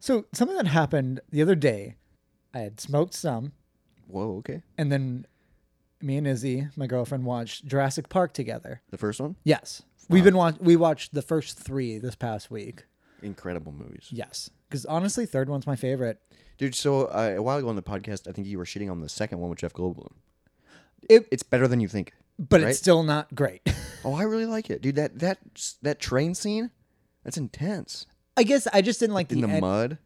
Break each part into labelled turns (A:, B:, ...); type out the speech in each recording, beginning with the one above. A: So something that happened the other day, I had smoked some,
B: Whoa, okay.
A: and then me and Izzy, my girlfriend, watched Jurassic Park together.
B: The first one?
A: Yes,
B: Uh-huh.
A: we've been watch. We watched the first three this past week.
B: Incredible movies.
A: Yes, because honestly, third one's my favorite.
B: Dude, so uh, a while ago on the podcast, I think you were shitting on the second one with Jeff Goldblum.
A: It,
B: It's better than you think.
A: but
B: right?
A: it's still not great.
B: Oh, I really like it. Dude, that that that train scene, that's intense.
A: I guess I just didn't like
B: In
A: the
B: the
A: end-
B: mud.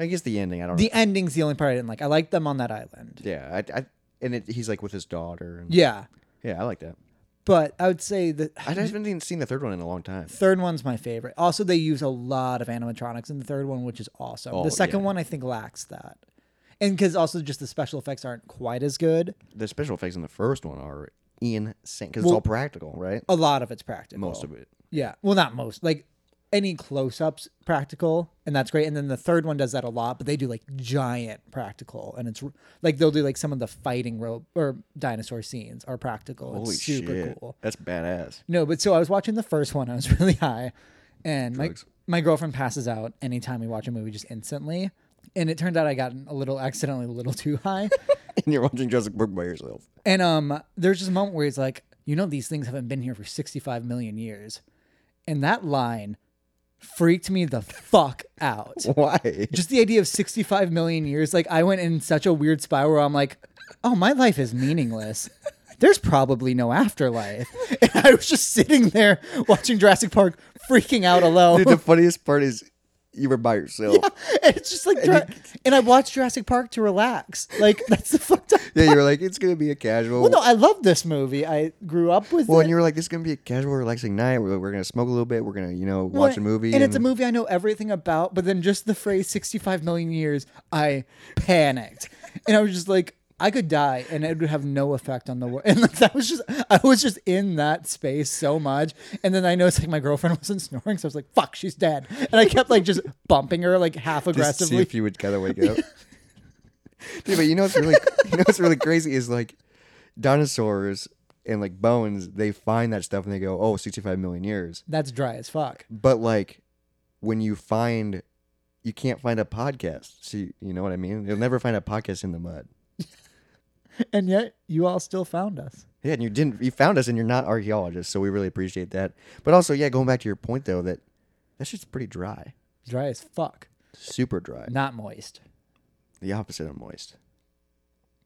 B: I guess the ending, I don't
A: the ending's the only part I didn't like. I liked them on that island.
B: know. Yeah, I, I and it, he's like with his daughter and
A: Yeah,
B: Yeah, I like that.
A: but I would say that
B: I haven't even seen the third one in a long time.
A: third one's my favorite. Also, they use a lot of animatronics in the third one, which is awesome.
B: Oh,
A: the second
B: yeah.
A: one I think lacks that, and because also just the special effects aren't quite as good.
B: The special effects in the first one are insane because it's
A: Well-
B: all practical, right?
A: A lot of it's practical.
B: Most of it.
A: Yeah. Well, not most. Like any close ups practical, and that's great. And then the third one does that a lot, but they do like giant practical, and it's r- like they'll do like some of the fighting rope or dinosaur scenes are practical.
B: Holy
A: it's super
B: shit.
A: cool.
B: That's badass.
A: No, but so I was watching the first one. I was really high, and my,
B: Drugs.
A: my girlfriend passes out anytime we watch a movie, just instantly. And it turned out I got a little accidentally a little too high.
B: and you're watching Jurassic Park by yourself.
A: And um, there's this moment where he's like, you know, these things haven't been here for 65 million years. And that line freaked me the fuck out.
B: Why?
A: Just the idea of 65 million years. Like, I went in such a weird spiral where I'm like, oh, my life is meaningless. There's probably no afterlife. And I was just sitting there watching Jurassic Park, freaking out alone.
B: Dude, the funniest part is you were by yourself. Yeah,
A: and it's just like, Jura- and I watched Jurassic Park to relax. Like, that's the fucked up.
B: you were like, it's gonna be a casual.
A: Well, no, I love this movie. I grew up with
B: Well,
A: it.
B: and you were like, this is gonna be a casual, relaxing night. We're, we're gonna smoke a little bit. We're gonna, you know, watch a
A: Well,
B: movie.
A: And, it's a movie I know everything about, but then just the phrase 65 million years, I panicked. and I was just like, I could die and it would have no effect on the world. And like, that was just, I was just in that space so much. And then I noticed like my girlfriend wasn't snoring. So I was like, fuck, she's dead. And I kept like just bumping her like half
B: Just to see
A: aggressively.
B: if you would kind of wake up. Dude, but you know what's really, you know what's really crazy is like dinosaurs and like bones. They find that stuff and they go, oh, 65 million years.
A: That's dry as fuck.
B: But like, when you find, you can't find a podcast. See, you know what I mean? You'll never find a podcast in the mud.
A: And yet you all still found us.
B: Yeah, and you didn't. You found us, and you're not archaeologists, so we really appreciate that. But also, yeah, going back to your point though, that that shit's pretty dry,
A: Dry as fuck.
B: super dry.
A: Not moist.
B: The opposite of moist,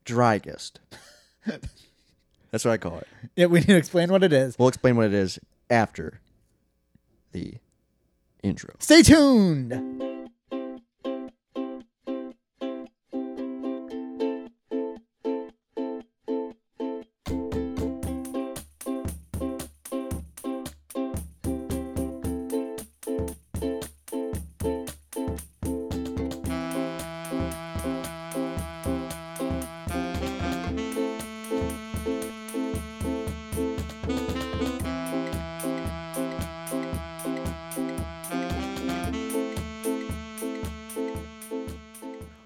B: drygest. That's what I call it.
A: Yeah, we need to explain what it is.
B: We'll explain what it is after the intro.
A: Stay tuned.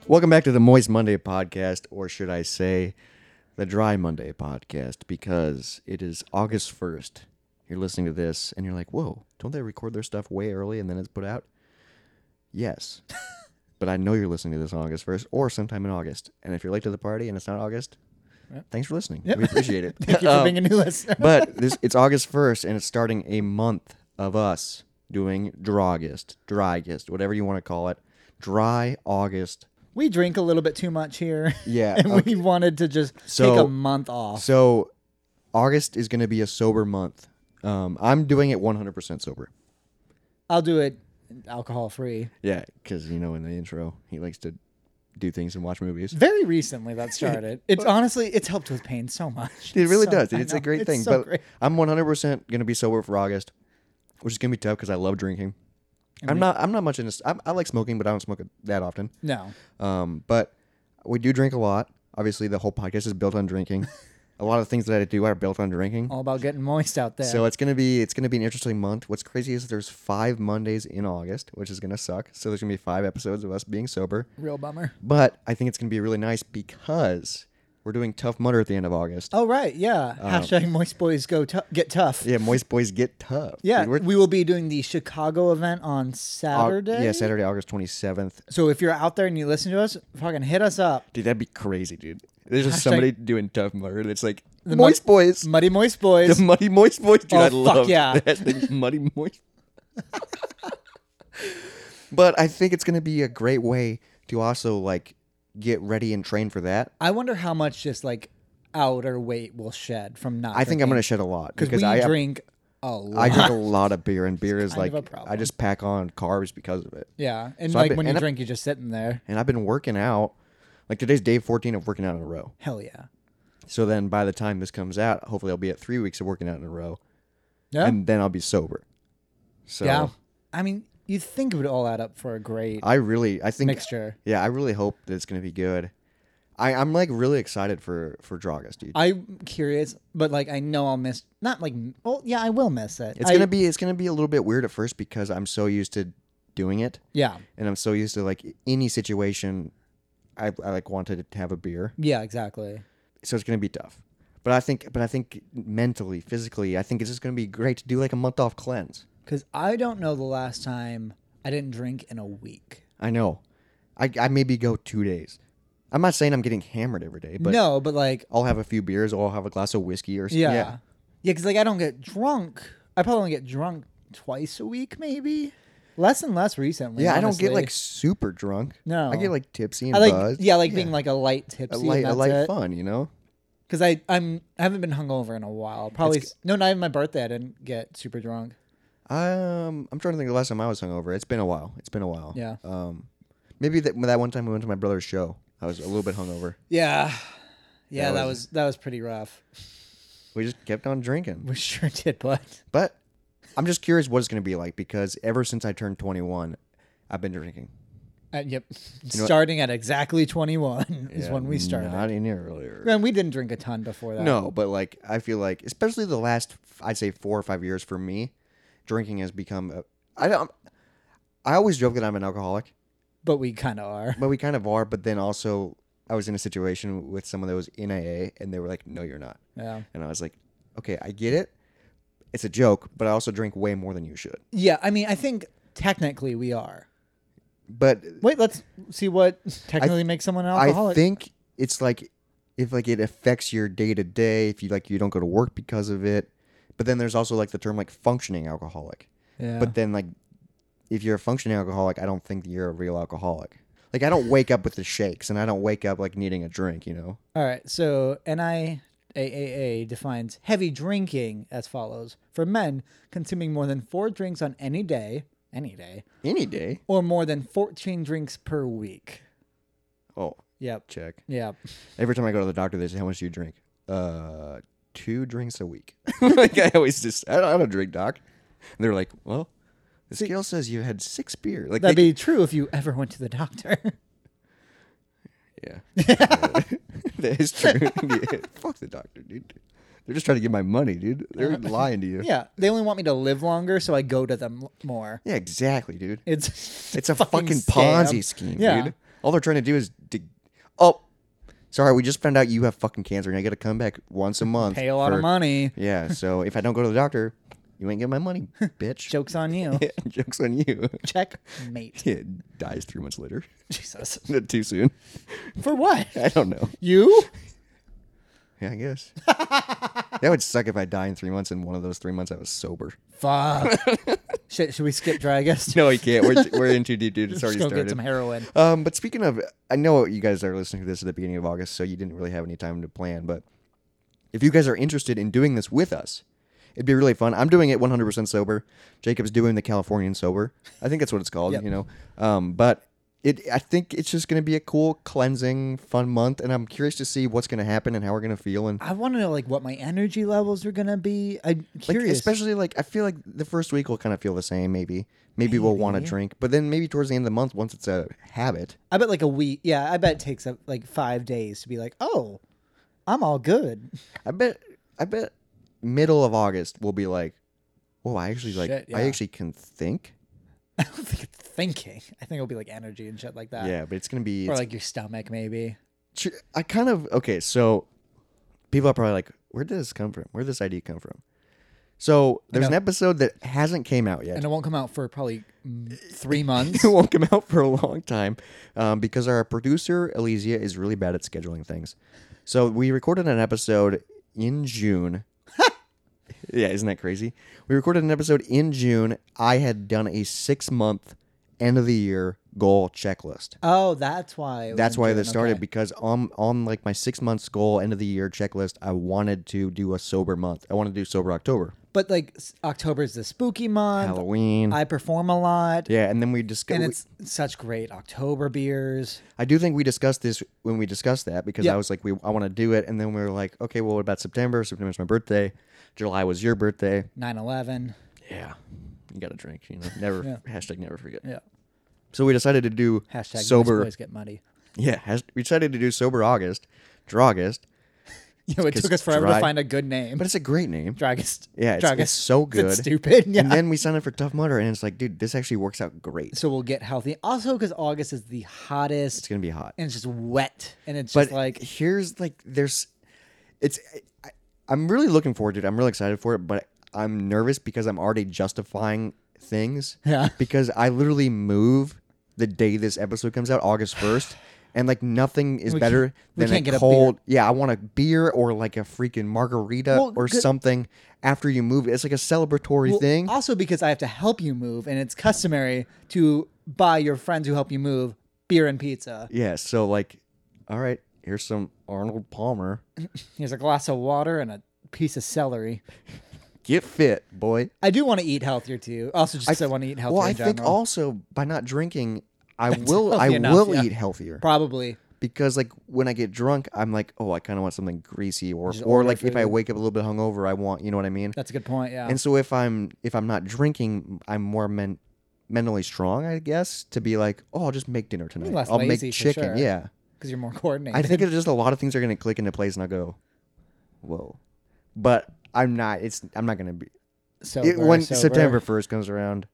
B: Welcome back to the Moist Monday podcast, or should I say, the Dry Monday podcast, because it is August 1st. You're listening to this and you're like, whoa, don't they record their stuff way early and then it's put out? Yes. but I know you're listening to this on August 1st or sometime in August. And if you're late to the party and it's not August, thanks for listening. We appreciate it.
A: Thank you for
B: Um,
A: being a new listener.
B: but this it's August 1st and it's starting a month of us doing Drogist, Drygist, whatever you want to call it. Dry August
A: we drink a little bit too much here.
B: Yeah,
A: and
B: okay.
A: we wanted to just take
B: So-
A: a month off.
B: So August is going to be a sober month. Um, I'm doing it 100% sober.
A: I'll do it alcohol free.
B: Yeah, because you know in the intro he likes to do things and watch movies.
A: Very recently that started. It's honestly it's helped with pain so much.
B: It really
A: So-
B: does.
A: I
B: It's a
A: know.
B: great
A: It's
B: thing.
A: so
B: but
A: great.
B: I'm 100% going to be sober for August, which is going to be tough because I love drinking. I'm not. I'm not much into. I, I like smoking, but I don't smoke it that often.
A: No.
B: Um, but we do drink a lot. Obviously, the whole podcast is built on drinking. a lot of things that I do are built on drinking.
A: All about getting moist out there.
B: So it's gonna be it's gonna be an interesting month. What's crazy is there's five Mondays in August, which is gonna suck. So there's gonna be five episodes of us being sober.
A: Real bummer.
B: But I think it's gonna be really nice because We're doing Tough Mudder at the end of August.
A: Oh right, yeah. Hashtag moist boys go tou- get tough.
B: Um, Yeah, Moist Boys Get Tough.
A: Yeah,
B: Dude, we're-
A: we will be doing the Chicago event on
B: Au-
A: Saturday.
B: Yeah, Saturday, August 27th.
A: So if you're out there and you listen to us, fucking hit us up.
B: Dude, that'd be crazy, dude. There's just
A: Hashtag-
B: somebody doing Tough Mudder that's like,
A: The
B: Moist
A: Mud-
B: Boys.
A: Muddy Moist
B: The
A: Boys.
B: Muddy Moist Boys. Dude,
A: Oh,
B: I
A: fuck
B: love
A: yeah.
B: that. The Muddy Moist. but I think it's going to be a great way to also like get ready and train for that.
A: I wonder how much just like outer weight will shed from not.
B: I think I'm going to shed a lot
A: because
B: because
A: we
B: I
A: drink a lot.
B: I drink a lot of beer and beer is
A: kind
B: like
A: of a
B: I
A: problem.
B: just pack on carbs because of it.
A: yeah, and
B: So I've
A: like
B: been-
A: when you
B: and I-
A: drink, you're just sitting there.
B: And I've been working out. Like today's day 14 of working out in a row.
A: Hell yeah.
B: So then by the time this comes out, hopefully I'll be at 3 weeks of working out in a row
A: Yeah.
B: and then I'll be sober. So
A: yeah. I mean, you think it would all add up for a great
B: I really I think
A: mixture.
B: Yeah, I really hope that it's gonna be good. I, I'm like really excited for for Dragas, dude.
A: I'm curious, but like I know I'll miss not like well, yeah, I will miss it.
B: It's
A: I-
B: gonna be it's gonna be a little bit weird at first because I'm so used to doing it,
A: yeah,
B: and I'm so used to like any situation. I, I like wanted to have a beer,
A: yeah, exactly.
B: so it's gonna be tough. But I think but I think mentally, physically, I think it's just gonna be great to do like a month off cleanse.
A: Because I don't know the last time I didn't drink in a week.
B: I know, I I maybe go two days. I'm not saying I'm getting hammered every day, but
A: no, but like
B: I'll have a few beers or I'll have a glass of whiskey or something.
A: yeah, yeah, because like I don't get drunk. I probably only get drunk twice a week, maybe less and less recently.
B: Yeah, I don't get
A: honestly.
B: like super drunk.
A: No.
B: I get like tipsy and
A: I like
B: buzzed.
A: yeah, I like being like a light tipsy.
B: a light, a
A: and
B: light
A: that's
B: fun, you know.
A: Because I I'm I haven't been hungover in a while. Probably s- no, not even my birthday. I didn't get super drunk.
B: Um, I'm trying to think of the last time I was hungover. It's been a while. It's been a while.
A: Yeah.
B: Um, maybe that that one time we went to my brother's show, I was a little bit hungover.
A: Yeah, yeah,
B: That
A: that
B: was-
A: was that was pretty rough.
B: We just kept on drinking.
A: We sure did, but
B: But I'm just curious what it's gonna be like because ever since I turned 21, I've been drinking.
A: uh, yep, starting at exactly 21 is
B: Yeah,
A: when we started.
B: Not any earlier.
A: Man, we didn't drink a ton before that.
B: No, but like I feel like, especially the last, I'd say four or five years for me, drinking has become. A, I don't. I always joke that I'm an alcoholic,
A: but we kind of are.
B: but we kind of are. But then also, I was in a situation with someone that was in AA, and they were like, "No, you're not,"
A: Yeah,
B: and I was like, "Okay, I get it. It's a joke, but I also drink way more than you should."
A: yeah. I mean, I think technically we are.
B: But
A: Wait, let's see what technically makes someone an
B: I
A: alcoholic.
B: think it's like if like it affects your day to day, if you like you don't go to work because of it. But then there's also like the term like functioning alcoholic.
A: yeah.
B: But then, like, if you're a functioning alcoholic, I don't think you're a real alcoholic. Like, I don't wake up with the shakes, and I don't wake up like needing a drink. You know,
A: All right. So NIAAA defines heavy drinking as follows for men consuming more than four drinks on any day, any day,
B: any day.
A: or more than 14 drinks per week.
B: Oh,
A: Yep.
B: check.
A: Yep.
B: Every time I go to the doctor, they say, "How much do you drink?" Uh, two drinks a week. like I always just, I don't, I don't drink, doc. And they're like, "Well, the scale says you had six beer." Like,
A: That'd
B: they,
A: be true if you ever went to the doctor.
B: yeah, that is true. Yeah. Fuck the doctor, dude. They're just trying to get my money, dude. They're lying to you.
A: yeah. They only want me to live longer, so I go to them l- more.
B: yeah exactly, dude.
A: It's
B: It's a
A: fucking
B: fucking,
A: scam.
B: Ponzi scheme,
A: Yeah.
B: dude. All they're trying to do is dig. Oh, sorry, we just found out you have fucking cancer, and I got to come back once a month.
A: pay a lot of
B: for-
A: money.
B: Yeah, so if I don't go to the doctor, you ain't get my money, bitch.
A: Joke's on you.
B: Yeah, Jokes on you.
A: Checkmate.
B: It dies three months later.
A: Jesus.
B: Too soon.
A: For what?
B: I don't know.
A: You?
B: Yeah, I guess. that would suck if I die in three months, and one of those three months I was sober.
A: Fuck. Shit, should we skip Dragus?
B: No, you can't. We're, we're in too deep, dude. It's
A: Let's
B: already
A: go
B: started.
A: get some heroin.
B: Um, but speaking of, I know you guys are listening to this at the beginning of August, so you didn't really have any time to plan. But if you guys are interested in doing this with us, it'd be really fun. I'm doing it 100% sober. Jacob's doing the Californian sober. I think that's what it's called,
A: Yep.
B: you know. Um, but it, I think it's just going to be a cool, cleansing, fun month, and I'm curious to see what's going to happen and how we're going to feel. And
A: I want to know like what my energy levels are gonna be. I'm
B: like,
A: curious.
B: especially like, I feel like the first week will kind of feel the same. Maybe, maybe, we'll want to drink, but then maybe towards the end of the month, once it's a habit,
A: I bet like a week. Yeah, I bet it takes up like five days to be like, oh, I'm all good.
B: I bet I bet middle of August will be like, whoa, I actually like
A: Shit,
B: I
A: yeah.
B: actually can think.
A: I don't think it's thinking. I think it'll be like energy and shit like that.
B: yeah, but it's gonna be
A: Or
B: it's,
A: like your stomach, maybe.
B: tr- I kind of okay. So people are probably like, "Where did this come from? Where did this idea come from?" So there's an episode that hasn't came out yet.
A: and it won't come out for probably
B: Uh,
A: mm, three months.
B: it won't come out for a long time um, because our producer Elysia is really bad at scheduling things. So we recorded an episode in June. yeah, isn't that crazy? We recorded an episode in June. I had done a six month end of the year goal checklist.
A: Oh, that's why. it was
B: That's
A: in
B: why
A: June,
B: this started
A: okay.
B: because on on like my six months goal end of the year checklist, I wanted to do a sober month. I wanted to do sober October,
A: But like s- October is the spooky month.
B: Halloween.
A: I perform a lot,
B: yeah, and then we discussed.
A: and it's such great October beers.
B: I do think we discussed this when we discussed that because
A: Yeah.
B: I was like, we I want to do it, and then we were like, okay, well, what about September? September's my birthday. July was your birthday.
A: 9-11.
B: Yeah, you got to drink. You know, never hashtag never forget.
A: Yeah.
B: So we decided to do
A: Hashtag sober.
B: sober.
A: Boys get muddy.
B: Yeah, has, we decided to do sober August, Dragust,
A: You know, it took us forever to
B: dry-
A: find a good name.
B: but it's a great name.
A: Dragist.
B: Yeah, it's-
A: Dragist.
B: it's so good.
A: stupid. Yeah.
B: And then we signed up for Tough Mudder, and it's like, dude, this actually works out great.
A: so we'll get healthy. Also, because August is the hottest,
B: It's gonna be hot.
A: and it's just wet, and it's
B: But
A: just like
B: here's like there's, it's I, I'm really looking forward to it. I'm really excited for it, but I'm nervous because I'm already justifying things.
A: Yeah.
B: Because I literally move the day this episode comes out, August first. And like nothing is
A: We can't-
B: better
A: we
B: than a
A: can't get a beer.
B: cold. yeah, I want a beer or like a freaking margarita
A: Well,
B: or
A: good-
B: something after you move. It's like a celebratory
A: Well,
B: thing.
A: Also, because I have to help you move, and it's customary to buy your friends who help you move beer and pizza.
B: Yeah. So like, all right, here's some Arnold Palmer.
A: Here's a glass of water and a piece of celery.
B: Get fit, boy.
A: I do want to eat healthier too. Also, just 'cause I, want to eat healthier.
B: Well, I
A: in
B: think
A: general.
B: also by not drinking, I will I
A: healthy enough,
B: will
A: yeah.
B: eat healthier
A: probably
B: because like when I get drunk, I'm like, oh, I kind of want something greasy, or
A: Just
B: or
A: order
B: like if I
A: food.
B: wake up a little bit hungover, I want, you know what I mean.
A: that's a good point. Yeah,
B: And so if I'm if I'm not drinking, I'm more men- mentally strong, I guess, to be like, oh, I'll just make dinner tonight.
A: less
B: I'll
A: lazy
B: make
A: for
B: chicken.
A: sure.
B: Yeah,
A: because you're more coordinated.
B: I think it's just a lot of things are gonna click into place, and I'll go, whoa. But I'm not. It's I'm not gonna be.
A: so.
B: It, when September first comes around,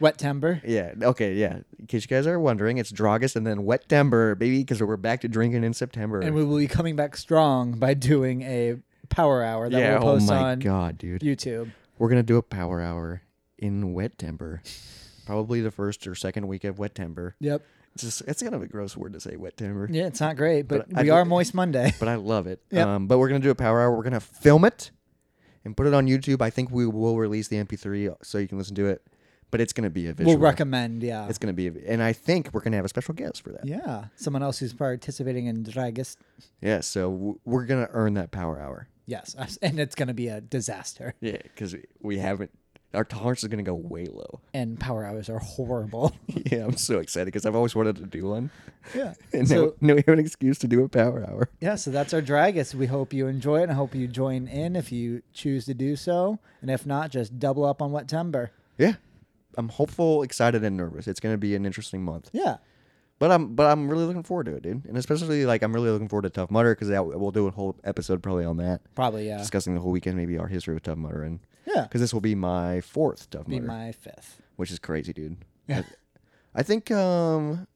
A: wet timber.
B: yeah, okay, yeah. In case you guys are wondering, it's Dragus and then Wet Timber, baby, because we're back to drinking in September.
A: and we will be coming back strong by doing a power hour that
B: yeah,
A: we'll post
B: oh my
A: on
B: god, dude,
A: YouTube.
B: we're gonna do a power hour in Wet Timber, probably the first or second week of Wet Timber.
A: Yep.
B: It's just it's kind of a gross word to say, Wet Timber,
A: Yeah, it's not great, but,
B: But I'd
A: we
B: li-
A: are Moist Monday.
B: but I love it.
A: Yep.
B: Um, but we're gonna do a power hour. We're gonna film it and put it on YouTube. I think we will release the MP3 so you can listen to it. But it's gonna be a visual.
A: We'll recommend. Yeah.
B: it's gonna be, a, and I think we're gonna have a special guest for that.
A: Yeah, someone else who's participating in Dragist.
B: Yeah, so w- we're gonna earn that power hour.
A: Yes, us- and it's going to be a disaster.
B: Yeah, because we haven't. Our tolerance is gonna go way low.
A: And power hours are horrible.
B: Yeah, I'm so excited because I've always wanted to do one,
A: yeah.
B: and now,
A: So
B: now we have an excuse to do a power hour.
A: yeah, so that's our Dragist. We hope you enjoy it, and I hope you join in if you choose to do so. And if not, just double up on Wet Timber.
B: Yeah, I'm hopeful, excited, and nervous. It's gonna be an interesting month,
A: Yeah.
B: but I'm but I'm really looking forward to it, dude. And especially like I'm really looking forward to Tough Mudder because we'll do a whole episode probably on that,
A: Probably yeah.
B: discussing the whole weekend, maybe our history with Tough Mudder, and
A: Yeah.
B: because this will be my fourth Tough
A: Be
B: Mudder,
A: my fifth.
B: which is crazy, dude.
A: Yeah.
B: I think um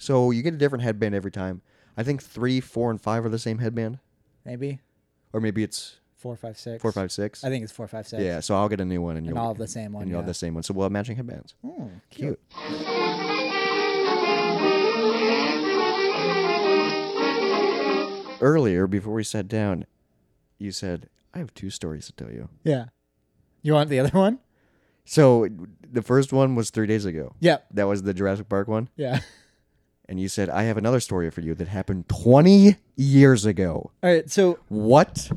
B: so you get a different headband every time. I think three, four, and five are the same headband.
A: Maybe
B: Or maybe it's
A: four, five, six.
B: four, five, six.
A: I think it's four, five, six.
B: Yeah, so I'll get a new one and you'll
A: And all have the same one.
B: and you'll
A: Yeah.
B: have the same one. So we'll have matching headbands.
A: Hmm,
B: Cute. Earlier, before we sat down, you said, I have two stories to tell you.
A: Yeah. You want the other one?
B: So the first one was three days ago.
A: Yep.
B: That was the Jurassic Park one.
A: Yeah.
B: and you said, I have another story for you that happened 20 years ago.
A: All right. So
B: What?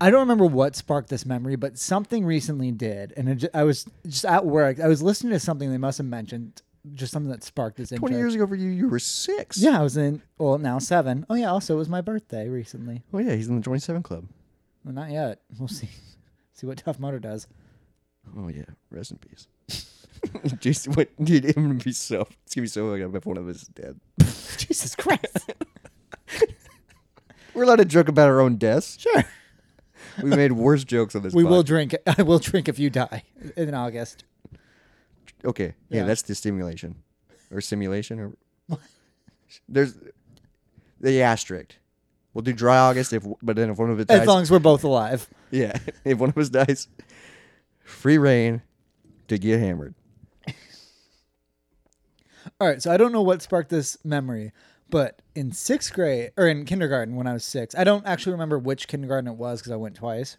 A: I don't remember what sparked this memory, but something recently did, and it ju- I was just at work. I was listening to something they must have mentioned, just something that sparked this.
B: 20
A: interest.
B: years ago for you, you were six.
A: Yeah, I was in. Well, now seven. Oh yeah, also it was my birthday recently.
B: Oh, yeah, he's in the 27 Club.
A: Well, not yet. We'll see. See what Tough Mudder does.
B: Oh, yeah. Rest in peace. Jason, what, dude, I'm going to be so, it's going to be so fucked up if one of us is dead.
A: Jesus Christ.
B: We're allowed to joke about our own deaths.
A: sure.
B: We made worse jokes on this
A: We will
B: pod-
A: drink. I will drink if you die in August.
B: Okay. Yeah,
A: Yeah.
B: that's the stimulation or simulation or. There's. the asterisk. We'll do dry August if, but then if one of it dies,
A: As long as we're both alive.
B: yeah, if one of us dies, free reign to get hammered.
A: All right, so I don't know what sparked this memory, but in sixth grade or in kindergarten when I was six, I don't actually remember which kindergarten it was because I went twice.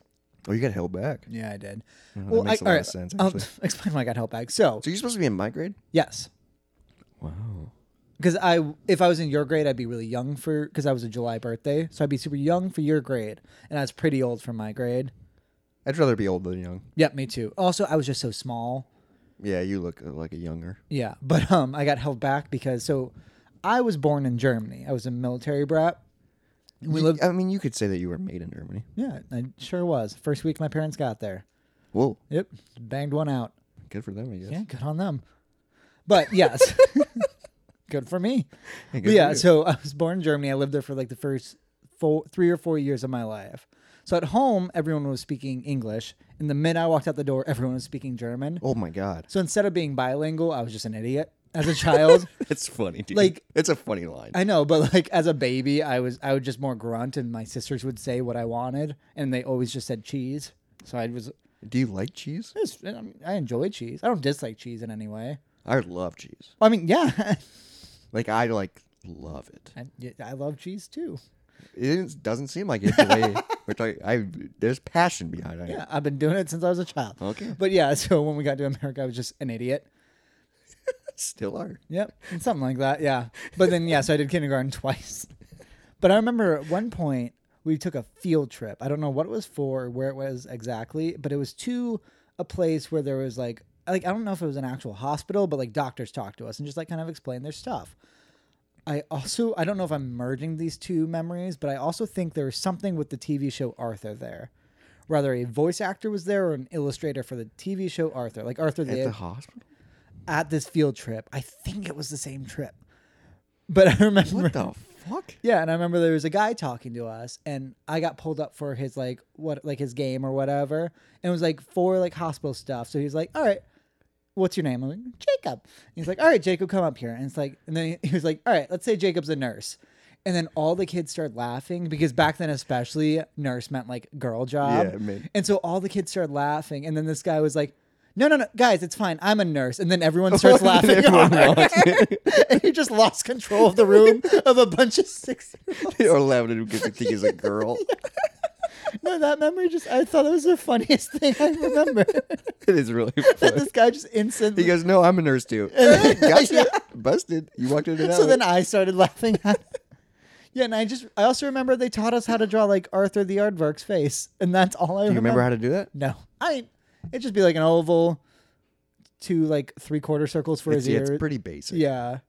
B: Oh, you got held back.
A: Yeah, I did.
B: Mm-hmm, makes
A: a
B: a lot of sense,
A: I'll
B: actually.
A: explain why I got help back. So,
B: So you're supposed to be in my grade?
A: yes,
B: Wow.
A: because I if I was in your grade, I'd be really young for because I was a July birthday, so I'd be super young for your grade, and I was pretty old for my grade.
B: I'd rather be old than young.
A: Yep, me too. Also, I was just so small.
B: Yeah, you look uh, like a younger.
A: Yeah, but um, I got held back because so I was born in Germany. I was a military brat. And we
B: You-
A: lived.
B: I mean, you could say that you were made in Germany.
A: Yeah, I sure was. First week my parents got there.
B: Whoa,
A: Yep, banged one out.
B: good for them, I guess.
A: Yeah, good on them. But yes, good for me.
B: Hey, good
A: But
B: for
A: yeah,
B: you.
A: so I was born in Germany. I lived there for like the first four, three or four years of my life. So at home, everyone was speaking English. And the minute I walked out the door, everyone was speaking German.
B: oh my god,
A: So instead of being bilingual, I was just an idiot as a child.
B: it's funny, dude.
A: Like-
B: it's a funny line.
A: I know, but like as a baby, I was I would just more grunt, and my sisters would say what I wanted, and they always just said cheese. So I was
B: Do you like cheese?
A: It's- I mean, I enjoy cheese. I don't dislike cheese in any way.
B: I love cheese.
A: I mean, yeah,
B: Like I like love it.
A: I, yeah, I love cheese too.
B: It isn't- doesn't seem like it the way we're talking. I there's passion behind it.
A: Yeah, I've been doing it since I was a child.
B: Okay.
A: But yeah, so when we got to America, I was just an idiot.
B: Still are.
A: Yep, and something like that. Yeah, but then yeah, so I did kindergarten twice. But I remember at one point we took a field trip. I don't know what it was for, or where it was exactly, but it was to a place where there was like like I don't know if it was an actual hospital, but like doctors talked to us and just like kind of explained their stuff. I also I don't know if I'm merging these two memories, but I also think there was something with the TV show Arthur there. Rather, a voice actor was there or an illustrator for the TV show Arthur, like Arthur
B: At
A: the
B: the hospital?
A: at this field trip. I think it was the same trip. But I remember
B: What the fuck?
A: Yeah, and I remember there was a guy talking to us and I got pulled up for his like what like his game or whatever. And it was like for like hospital stuff. So he was like, All right, what's your name? I'm like, Jacob. And he's like, All right, Jacob, come up here. And it's like and then he was like, All right, let's say Jacob's a nurse. And then all the kids started laughing because back then, especially, nurse meant like girl job.
B: Yeah, it meant-
A: And so all the kids started laughing. And then this guy was like, No, no, no, guys, it's fine. I'm a nurse. And then everyone starts laughing.
B: Everyone
A: and he just lost control of the room of a bunch of six year olds.
B: or laughing because they think he's a girl.
A: No, that memory just, I thought that was the funniest thing I remember.
B: It is really funny.
A: this guy just
B: He
A: instantly.
B: goes, "No, I'm a nurse too." gotcha. Busted. You walked into that.
A: so then I started laughing at it. Yeah, and I just, I also remember they taught us how to draw like Arthur the Aardvark's face. And that's all I
B: you
A: remember.
B: remember how to do that?
A: No, I. It'd just be like an oval, two like three quarter circles for
B: It's,
A: his
B: yeah,
A: ears.
B: it's pretty basic.
A: yeah,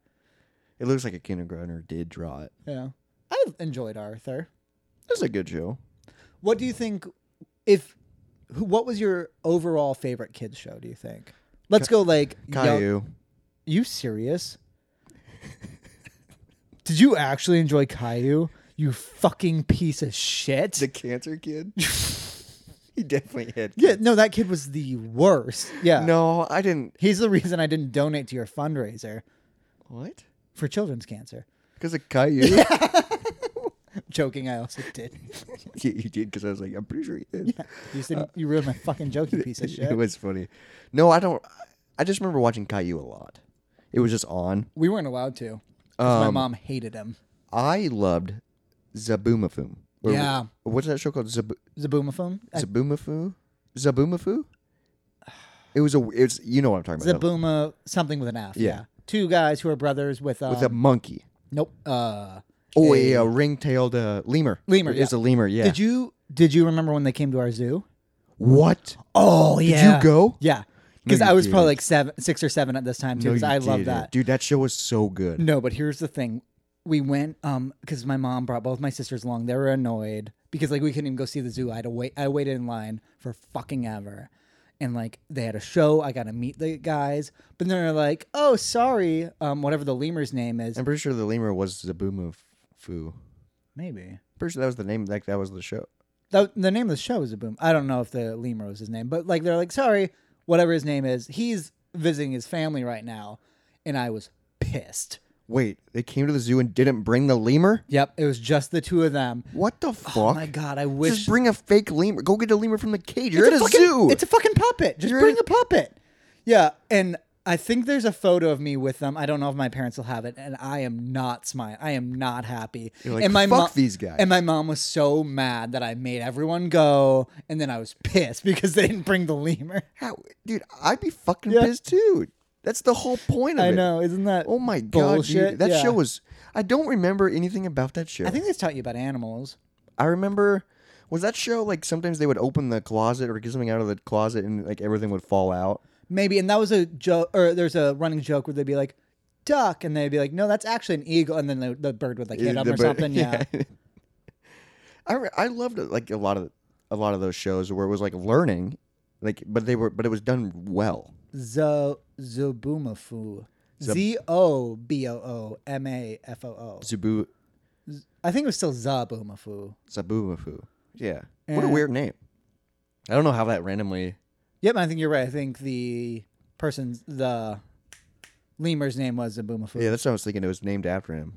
B: It looks like a kindergartner did draw it.
A: yeah. I enjoyed Arthur.
B: It's a good show.
A: What do you think? If who- what was your overall favorite kids show? Do you think? Let's go like young-
B: Caillou.
A: you serious? Did you actually enjoy Caillou? You fucking piece of shit.
B: The cancer kid. he definitely had.
A: yeah, no, that kid was the worst. Yeah,
B: No, I didn't.
A: he's the reason I didn't donate to your fundraiser
B: What?
A: for children's cancer.
B: Because of Caillou. yeah,
A: Joking, I also did.
B: you did. Because I was like, I'm pretty sure he did.
A: You said you ruined my fucking joke, you piece of
B: It
A: shit.
B: was funny. No, I don't. I just remember watching Caillou a lot. It was just on.
A: We weren't allowed to. 'cause
B: Um,
A: my mom hated him.
B: I loved Zaboomafoo. Or-
A: Yeah.
B: What's that show called? Zab-
A: Zaboomafoo? I-
B: Zaboomafoo? Zaboomafoo? It was a. It's you know what I'm talking about.
A: Zabooma, something with an F. Yeah.
B: Yeah.
A: Two guys who are brothers with, um,
B: With a monkey.
A: nope. Uh,
B: Oh, a, a ring-tailed uh, lemur.
A: Lemur,
B: It is
A: yeah.
B: a lemur. Yeah.
A: Did you did you remember when they came to our zoo?
B: what?
A: Oh
B: yeah. go?
A: Yeah. Because
B: No, you
A: I was probably
B: didn't.
A: like seven, six or seven at this time too.
B: No,
A: Because
B: you
A: I love
B: didn't.
A: that.
B: dude. That show was so good.
A: No, but here's the thing. We went um because my mom brought both my sisters along. They were annoyed because like we couldn't even go see the zoo. I had to wait. I waited in line for fucking ever, and like they had a show. I got to meet the guys, but then they're like, "Oh, sorry, um, whatever the lemur's name is,
B: I'm pretty sure the lemur was Zaboomafoo.
A: maybe
B: Pretty sure that was the name. Like that was the show.
A: that, the name of the show is a boom. I don't know if the lemur was his name, but like they're like, sorry, whatever his name is, he's visiting his family right now, and I was pissed.
B: Wait, they came to the zoo and didn't bring the lemur?
A: Yep, it was just the two of them.
B: What the fuck?
A: Oh my god, I wish
B: Just bring a fake lemur. Go get a lemur from the cage. You're at a
A: fucking,
B: zoo.
A: It's a fucking puppet. Just
B: You're
A: bring
B: at-
A: a puppet. Yeah, and I think there's a photo of me with them. I don't know if my parents will have it, and I am not smiling. I am not happy.
B: like,
A: and my
B: "Fuck
A: mom-
B: these guys."
A: And my mom was so mad that I made everyone go, and then I was pissed because they didn't bring the lemur.
B: How, dude, I'd be fucking
A: Yeah.
B: pissed too. That's the whole point of
A: I
B: it.
A: know, isn't that?
B: Oh my god,
A: Bullshit,
B: dude, that
A: yeah.
B: show was. I don't remember anything about that show.
A: I think they taught you about animals.
B: I remember was that show like sometimes they would open the closet or get something out of the closet and like everything would fall out.
A: Maybe, and that was a joke, or there's a running joke where they'd be like, "Duck," and they'd be like, "No, that's actually an eagle," and then the, the bird would like hit
B: Yeah,
A: them
B: the
A: or
B: bird-
A: something. Yeah.
B: I re- I loved like a lot of a lot of those shows where it was like learning, like but they were but it was done well.
A: Zo Zobumafu. Z O B O O M A F O O.
B: Zabu
A: I think it was still Zabumafu.
B: Zabumafu. Yeah. What a
A: Yeah.
B: weird name. I don't know how that randomly.
A: Yep, I think you're right. I think the person's the lemur's name was Zabumafu.
B: Yeah, that's what I was thinking. It was named after him.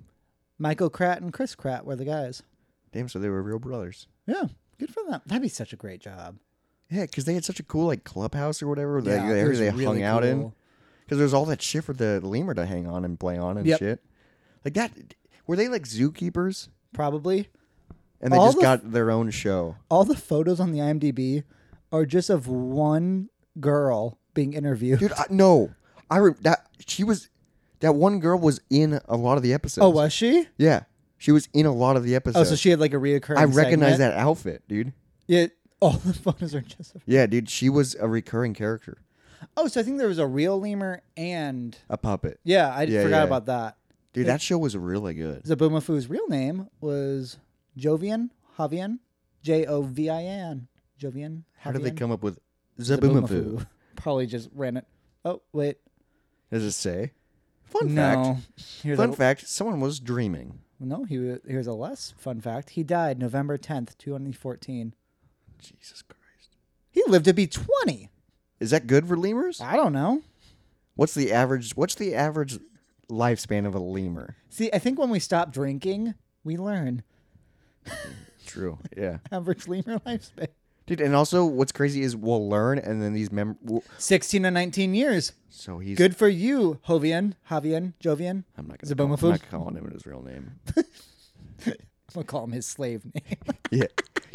A: Michael Kratt and Chris Kratt were the guys.
B: Damn, so they were real brothers.
A: Yeah, good for them. That'd be such a great job.
B: Yeah, because they had such a cool like clubhouse or whatever that
A: Yeah,
B: the
A: it
B: area
A: was
B: they
A: really
B: hung out in.
A: cool.
B: Because there was all that shit for the lemur to hang on and play on and
A: Yep.
B: shit. Like that, were they like zookeepers?
A: Probably.
B: And they
A: All
B: just
A: the
B: got their own show.
A: All the photos on the IMDb are just of one girl being interviewed.
B: Dude, I, no, I re- that she was that one girl was in a lot of the episodes.
A: oh, was she?
B: yeah, she was in a lot of the
A: Oh,
B: episodes.
A: so she had like a reoccurring.
B: I recognize
A: segment?
B: that outfit, dude.
A: Yeah, all the photos are just of
B: Yeah, dude, she was a recurring character,
A: Oh, so I think there was a real lemur and
B: a puppet.
A: yeah, I
B: Yeah,
A: forgot
B: yeah.
A: about that.
B: Dude, that show was really good.
A: Zabumafu's real name was Jovian Javian, J O V I N, Jovian.
B: How did they
A: Javian?
B: come up with Zabumafu?
A: Probably just ran it. Oh wait,
B: Does it say? Fun fact.
A: no. Here's
B: Fun
A: a,
B: fact: someone was dreaming.
A: no, he wa- here's a less fun fact. He died November tenth, twenty fourteen.
B: Jesus Christ!
A: He lived to be twenty.
B: Is that good for lemurs?
A: I don't know.
B: What's the average? What's the average lifespan of a lemur?
A: See, I think when we stop drinking, we learn
B: True. Yeah,
A: average lemur lifespan.
B: dude. And also, what's crazy is we'll learn, and then these mem. w-
A: Sixteen to nineteen years.
B: So he's
A: Good for you, Hovian, Javian, Jovian.
B: I'm not gonna. Call,
A: Zabomafu?
B: I'm not calling him his real name.
A: We'll call him his slave name.
B: yeah,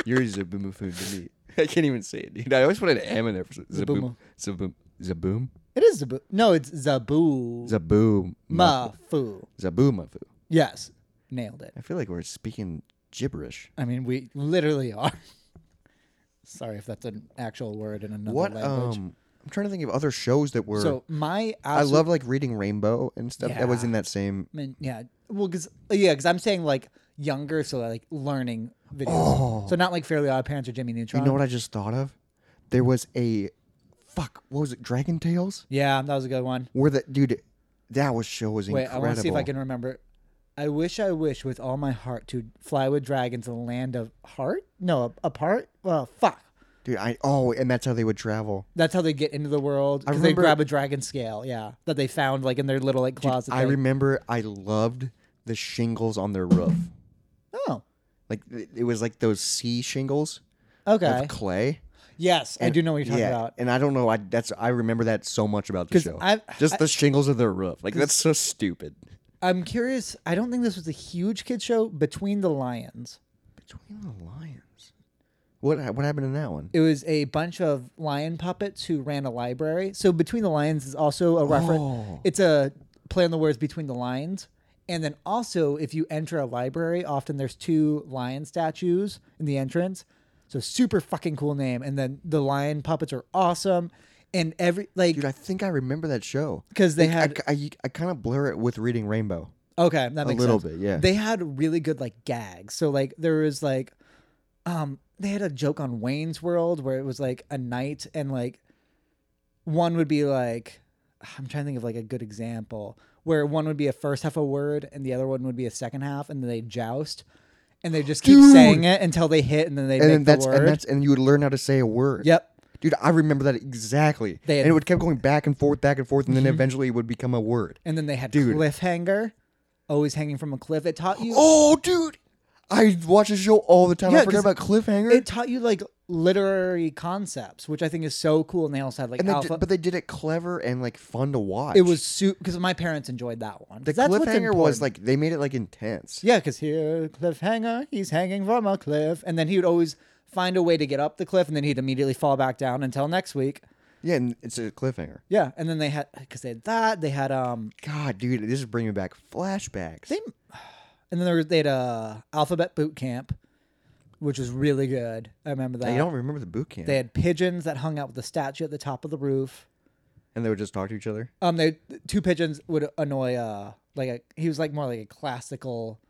B: you're Zabumafu to me. I can't even say it, dude. I always put an M in there. For Zaboom.
A: Zabumu.
B: Zaboom. Zaboom.
A: it is Zabu. No, it's Zabu
B: Zaboom.
A: Mafu.
B: Zabumafu.
A: Yes, nailed it.
B: I feel like we're speaking gibberish.
A: I mean, we literally are. Sorry if that's an actual word in another
B: What?
A: language.
B: Um, I'm trying to think of other shows that were.
A: so my
B: I
A: absolute,
B: love like reading Rainbow and stuff. That was
A: Yeah.
B: in that same.
A: I mean, yeah. Well, because yeah, because I'm saying like younger, so like learning videos. So not like Fairly Odd Parents or Jimmy Neutron.
B: Oh. You know what I just thought of? There was a, fuck, what was it? Dragon Tales?
A: yeah, that was a good one.
B: Where the dude, that was show was
A: Wait,
B: incredible.
A: I want to see if I can remember. I wish, I wish with all my heart to fly with dragons to the land of heart. No, apart. Well, fuck.
B: Dude, I oh, and that's how they would travel.
A: That's how they get into the world. 'cause
B: remember-
A: they grab a dragon scale. Yeah, that they found like in their little like closet.
B: I
A: thing.
B: remember I loved the shingles on their roof.
A: Oh,
B: like it it was like those sea shingles
A: okay.
B: of clay.
A: Yes, I do know what you're talking
B: yeah,
A: about.
B: And I don't know. I that's I remember that so much about the
A: 'Cause
B: show.
A: I've-
B: Just the shingles of their roof. Like that's so stupid.
A: I'm curious. I don't think this was a huge kid show. Between the lions,
B: Between the lions. What ha- what happened in that one?
A: it was a bunch of lion puppets who ran a library. So between the lions is also a reference.
B: Oh.
A: It's a play on the words between the lines. And then also, if you enter a library, often there's two lion statues in the entrance. So super fucking cool name. And then the lion puppets are awesome. And every like
B: Dude, I think I remember that show.
A: because they
B: I,
A: had
B: kind of blur it with reading Rainbow.
A: Okay, that makes
B: little
A: sense.
B: bit, yeah.
A: They had really good like gags. So like there was like, um, they had a joke on Wayne's World where it was like a knight and like, one would be like, I'm trying to think of like a good example where one would be a first half of a word and the other one would be a second half and then they joust, and they just keep
B: Dude!
A: saying it until they hit and then they
B: And
A: make
B: then that's
A: the word.
B: and that's and you would learn how to say a word.
A: yep.
B: Dude, I remember that exactly.
A: They had- Mm-hmm.
B: and it would kept going back and forth, back and forth, and then eventually it would become a word.
A: And then they had
B: Dude.
A: cliffhanger. always hanging from a cliff. It taught you.
B: Oh, dude. I watch the show all the time.
A: Yeah,
B: I forget
A: 'cause
B: about Cliffhanger.
A: It taught you like literary concepts, which I think is so cool. And they also had like
B: and they
A: alpha.
B: did, but they did it clever and like fun to watch.
A: it was super because my parents enjoyed that one.
B: the
A: 'Cause that's what's
B: cliffhanger was
A: important.
B: like they made it like intense.
A: Yeah, because here, cliffhanger, he's hanging from a cliff. And then he would always find a way to get up the cliff and then he'd immediately fall back down until next week.
B: Yeah, and it's a cliffhanger.
A: Yeah. And then they had, because they had that, they had, um,
B: God, dude, this is bringing back flashbacks.
A: They- and then there was, they had uh, Alphabet Boot Camp, which was really good. I remember that.
B: I don't remember the boot camp.
A: They had pigeons that hung out with the statue at the top of the roof.
B: and they would just talk to each other.
A: Um, they two pigeons would annoy. Uh, like a, he was like more like a classical,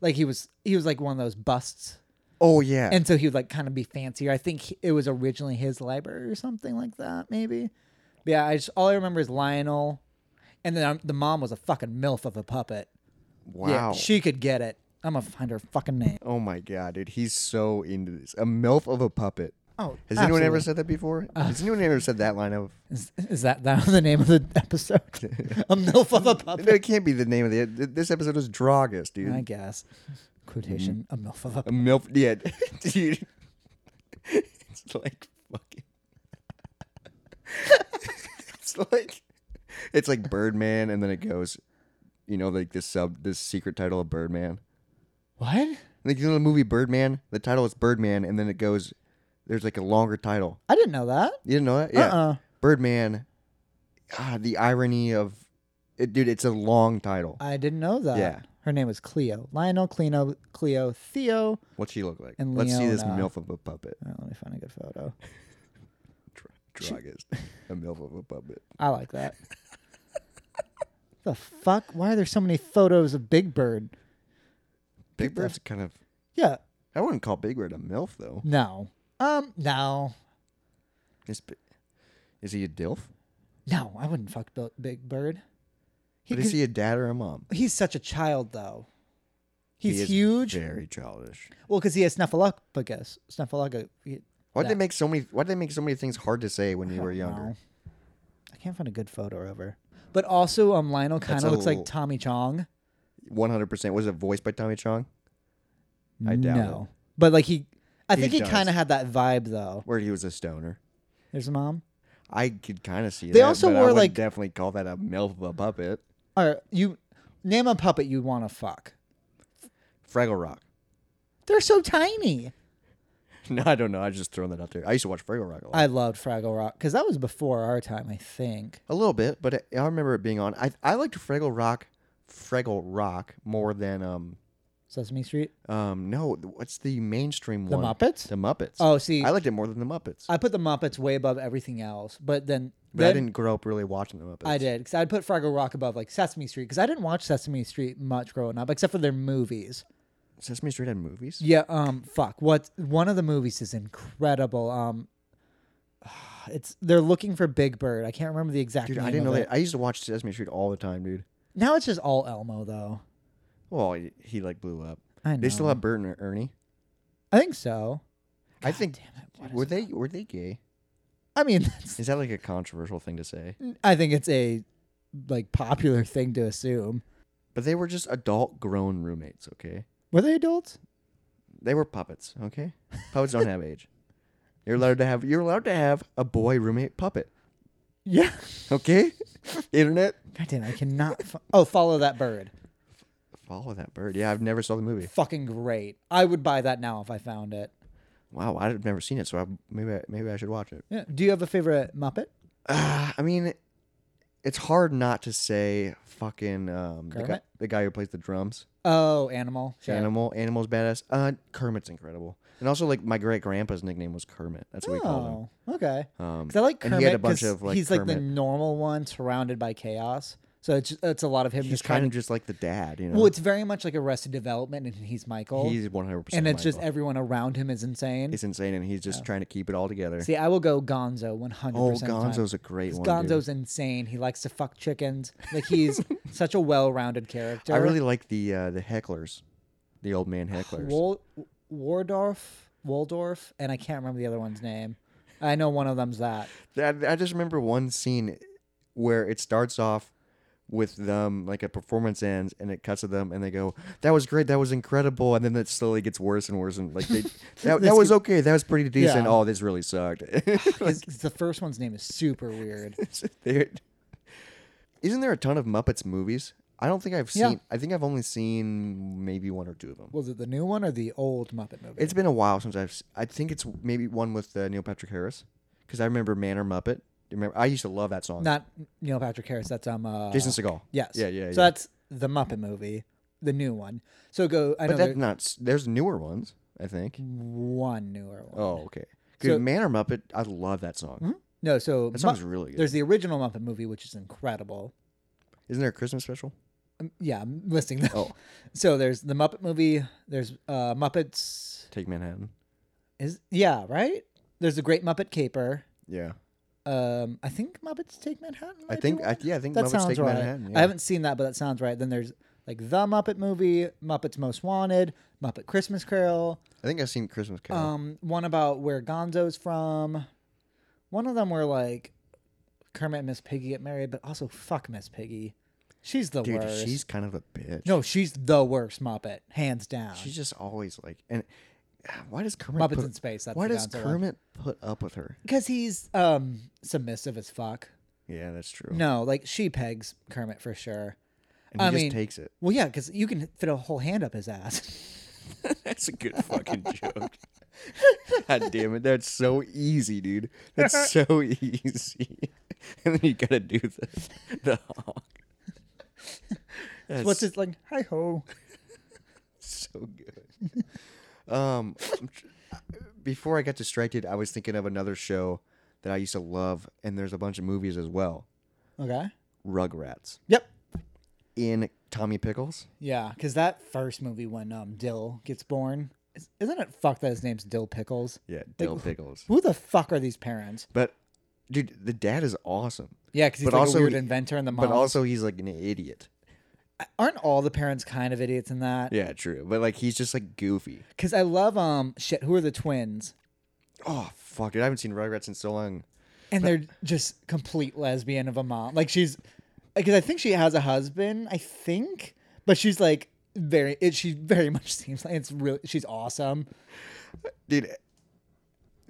A: like he was he was like one of those busts
B: Oh yeah,
A: and so he would like kind of be fancier. I think he- it was originally his library or something like that, maybe. But yeah, I just all I remember is Lionel, and then um the mom was a fucking milf of a puppet.
B: wow.
A: Yeah, she could get it. I'm gonna find her fucking name.
B: oh my god, dude, he's so into this. A milf of a puppet.
A: Oh,
B: Has anyone ever said that before?
A: Uh.
B: Has anyone ever said that line of?
A: Is, is that that the name of the episode? a milf of a puppet,
B: That can't be the name of the. This episode is Dragus, dude.
A: I guess. Quotation: A milf of a.
B: Mm-hmm. A milf, yeah, dude. It's like fucking. it's like, it's like Birdman, and then it goes, you know, like this sub, this secret title of Birdman.
A: What?
B: Like you know the movie Birdman. The title is Birdman, and then it goes. There's like a longer title.
A: I didn't know that.
B: You didn't know that? Yeah.
A: Uh-uh.
B: Birdman. Ah, the irony of, it, dude. It's a long title.
A: I didn't know that.
B: Yeah.
A: Her name was Cleo. Lionel, Cleo, Cleo, Theo.
B: What's she look like?
A: And
B: Let's see this
A: Leona.
B: milf of a puppet.
A: Oh, let me find a good photo.
B: Dra- Dragus, a milf of a puppet.
A: I like that. the fuck? Why are there so many photos of Big Bird?
B: Big Bird's kind of.
A: Yeah.
B: I wouldn't call Big Bird a milf though.
A: No. Um. No.
B: Is, Bi- is he a dilf?
A: No. I wouldn't fuck Bil- Big Bird. He,
B: But is he a dad or a mom?
A: he's such a child though. He's
B: He is
A: huge.
B: Very childish.
A: Well, because he has snuffleupagus. Snuffleupagus.
B: Why'd they
A: That-
B: make so many? Why'd they make so many things hard to say when you were younger?
A: I can't find a good photo of her. But also, um, Lionel kind
B: a
A: of looks
B: little-
A: like Tommy Chong.
B: One hundred percent. Was it voiced by Tommy Chong? I doubt
A: no. But like he, I
B: He
A: think he
B: does.
A: kind of had that vibe though.
B: Where he was a stoner.
A: There's mom.
B: I could kind of see.
A: They
B: that,
A: also
B: but I
A: wore,
B: would
A: like-
B: definitely call that a milf of a puppet.
A: Or you name a puppet you want to fuck.
B: Fraggle Rock.
A: They're so tiny.
B: No, I don't know. I just thrown that out there. I used to watch Fraggle Rock a lot.
A: I loved Fraggle Rock because that was before our time, I think.
B: A little bit, but I, I remember it being on. I I liked Fraggle Rock, Fraggle Rock more than um
A: Sesame Street,
B: um no. What's the mainstream
A: The
B: one?
A: Muppets.
B: The Muppets.
A: Oh, see,
B: I
A: I,
B: liked it more than the Muppets.
A: put the Muppets way above everything else, but then
B: but I
A: then
B: didn't grow up really watching the Muppets.
A: I did because I'd put Fraggle Rock above like Sesame Street because I didn't watch Sesame Street much growing up except for their movies.
B: Sesame Street had movies.
A: Yeah. Um. Fuck. What? One of the movies is incredible. Um. It's they're looking for Big Bird. I can't remember the exact.
B: Dude,
A: name
B: I didn't
A: of
B: know
A: it.
B: that. I used to watch Sesame Street all the time, dude.
A: Now it's just all Elmo though.
B: Well, he, he like blew up.
A: I know.
B: They still have Bert and Er, Ernie.
A: I think so.
B: I think
A: Damn it. What is
B: were they were they gay?
A: I mean, that's,
B: Is that like a controversial thing to say?
A: I think it's a like popular thing to assume.
B: But they were just adult grown roommates, okay?
A: Were they adults?
B: They were puppets, okay? Puppets don't have age. You're allowed to have you're allowed to have a boy roommate puppet.
A: Yeah.
B: Okay? Internet.
A: God damn, it, I cannot. Fo- oh, follow that bird.
B: Follow that bird. Yeah, I've never saw the movie.
A: Fucking great. I would buy that now if I found it.
B: Wow, I've never seen it, so I, maybe I, maybe I should watch it.
A: Yeah. Do you have a favorite Muppet?
B: Uh, I mean, it's hard not to say fucking um, the, guy,
A: Kermit?
B: the guy who plays the drums.
A: Oh, animal. Sure.
B: Animal, animal's badass. Uh, Kermit's incredible, and also like my great grandpa's nickname was Kermit. That's what we called
A: Oh, okay.
B: him. Um,
A: Because I like
B: and
A: Kermit.
B: he had a bunch
A: 'cause
B: of like
A: he's like the
B: Kermit.
A: normal one surrounded by chaos. So it's it's a lot of him
B: he's
A: just
B: kind
A: trying
B: of
A: to.
B: just like the dad, you know.
A: Well, it's very much like Arrested Development, and he's Michael.
B: he's one hundred percent.
A: and it's just everyone around him is insane.
B: it's insane, and he's just trying to keep it all together.
A: See, I will go Gonzo 100%.
B: oh,
A: of the time.
B: Gonzo's a great one. dude.
A: Gonzo's insane. He likes to fuck chickens. Like he's such a well-rounded character.
B: I really like the uh, the hecklers, the old man hecklers.
A: Wol- Wardorf, Waldorf, and I can't remember the other one's name. I know one of them's that.
B: I, I just remember one scene where it starts off with them like a performance ends and it cuts to them and they go that was great that was incredible and then it slowly gets worse and worse and like they that, that was okay that was pretty decent
A: Yeah.
B: oh this really sucked
A: His- the first one's name is super weird.
B: There- isn't there a ton of muppets movies i don't think i've seen
A: Yeah.
B: i think i've only seen maybe one or two of them
A: Was it the new one or the old Muppet movie?
B: it's been a while since i've s- i think it's maybe one with uh, neil patrick harris because i remember man or muppet You remember i used to love that song
A: not Neil Patrick Harris. That's um. Uh,
B: jason segal
A: Yes.
B: yeah yeah,
A: So
B: yeah.
A: that's the Muppet movie, the new one. So go. I know
B: but that's
A: there's
B: not s- there's newer ones i think
A: one newer one.
B: Oh, okay. Good
A: So-
B: Man or Muppet, I love that song.
A: No, so
B: That
A: Mu-
B: song's really good.
A: there's the original Muppet movie, which is incredible.
B: Isn't there a Christmas special?
A: Um, yeah, I'm listing them.
B: Oh.
A: So there's the Muppet movie. There's uh, Muppets.
B: Take Manhattan.
A: Is yeah right. There's the Great Muppet Caper.
B: Yeah.
A: Um, I think Muppets Take Manhattan. might
B: I
A: be
B: think
A: one.
B: I, yeah, I think
A: that
B: Muppets
A: sounds
B: Take
A: right.
B: Manhattan.
A: I
B: yeah.
A: haven't seen that, but that sounds right. Then there's like the Muppet movie, Muppets Most Wanted, Muppet Christmas Carol.
B: I think I've seen Christmas Carol.
A: Um, one about where Gonzo's from. One of them were like Kermit and Miss Piggy get married, but also fuck Miss Piggy. She's the
B: Dude,
A: worst.
B: she's kind of a bitch.
A: no, she's the worst Muppet, hands down.
B: she's just always like and why does Kermit
A: Muppets
B: put,
A: in Space. That's
B: Why
A: the
B: does Kermit put up with her?
A: Because he's um submissive as fuck.
B: Yeah, that's true.
A: No, like she pegs Kermit for sure.
B: and he
A: I
B: just
A: mean-
B: takes it.
A: Well, yeah, because you can fit a whole hand up his ass.
B: That's a good fucking joke. God damn it, that's so easy, dude. That's so easy. and then you gotta do the the honk. That's
A: What's it like? Hi ho.
B: so good. um, I'm tr- before I got distracted, I was thinking of another show that I used to love, and there's a bunch of movies as well.
A: Okay.
B: Rugrats
A: Yep.
B: in Tommy Pickles.
A: Yeah, because that first movie when um Dill gets born, is- isn't it fucked that his name's Dill Pickles?
B: Yeah, Dill Pickles.
A: Who the fuck are these parents?
B: But dude, the dad is awesome.
A: Yeah, because he's
B: But
A: like
B: also
A: a weird
B: he-
A: inventor, and the mom.
B: But also, he's like an idiot.
A: aren't all the parents kind of idiots in that?
B: Yeah, true. But like, he's just like goofy.
A: Because I love um shit. Who are the twins?
B: Oh fuck, dude! I haven't seen Rugrats in so long.
A: And they're just complete lesbian of a mom. Like she's, because I think she has a husband. I think, but she's like very. It, she very much seems like it's really. She's awesome.
B: Dude,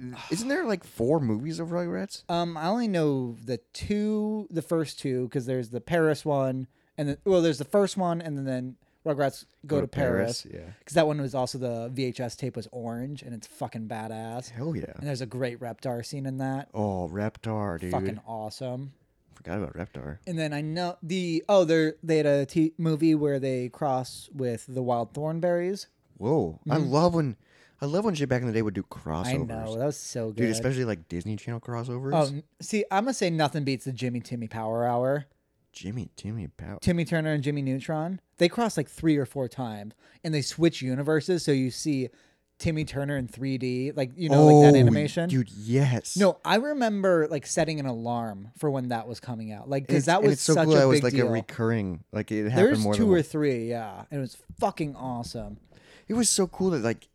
B: isn't there like four movies of Rugrats?
A: Um, I only know the two, the first two, because there's the Paris one, and the, well, there's the first one, and then, then Rugrats go, to Paris,
B: yeah.
A: because that one was also the VHS tape was orange, and it's fucking badass.
B: Hell yeah.
A: And there's a great Reptar scene in that,
B: Oh, Reptar, dude.
A: fucking awesome.
B: Forgot about Reptar.
A: And then I know the oh, they they had a t- movie where they cross with the Wild Thornberries.
B: Whoa, I love when I love when shit back in the day would do crossovers.
A: Mm-hmm. I know that was so good.
B: dude, especially like Disney Channel crossovers.
A: oh, n- see, I'm gonna say nothing beats the Jimmy Timmy Power Hour.
B: Jimmy, Timmy, Pow.
A: Timmy Turner and Jimmy Neutron, they cross like three or four times and they switch universes. So you see Timmy Turner in 3D, like, you know, like
B: Oh,
A: that animation.
B: dude. Yes.
A: No, I remember like setting an alarm for when that was coming out. Like,
B: It's-
A: because that
B: and
A: was
B: it's so
A: such
B: cool.
A: a
B: that
A: big
B: was like
A: deal.
B: a recurring, like it happened
A: There's
B: more
A: two
B: than
A: or
B: once.
A: three, yeah. And it was fucking awesome.
B: It was so cool that like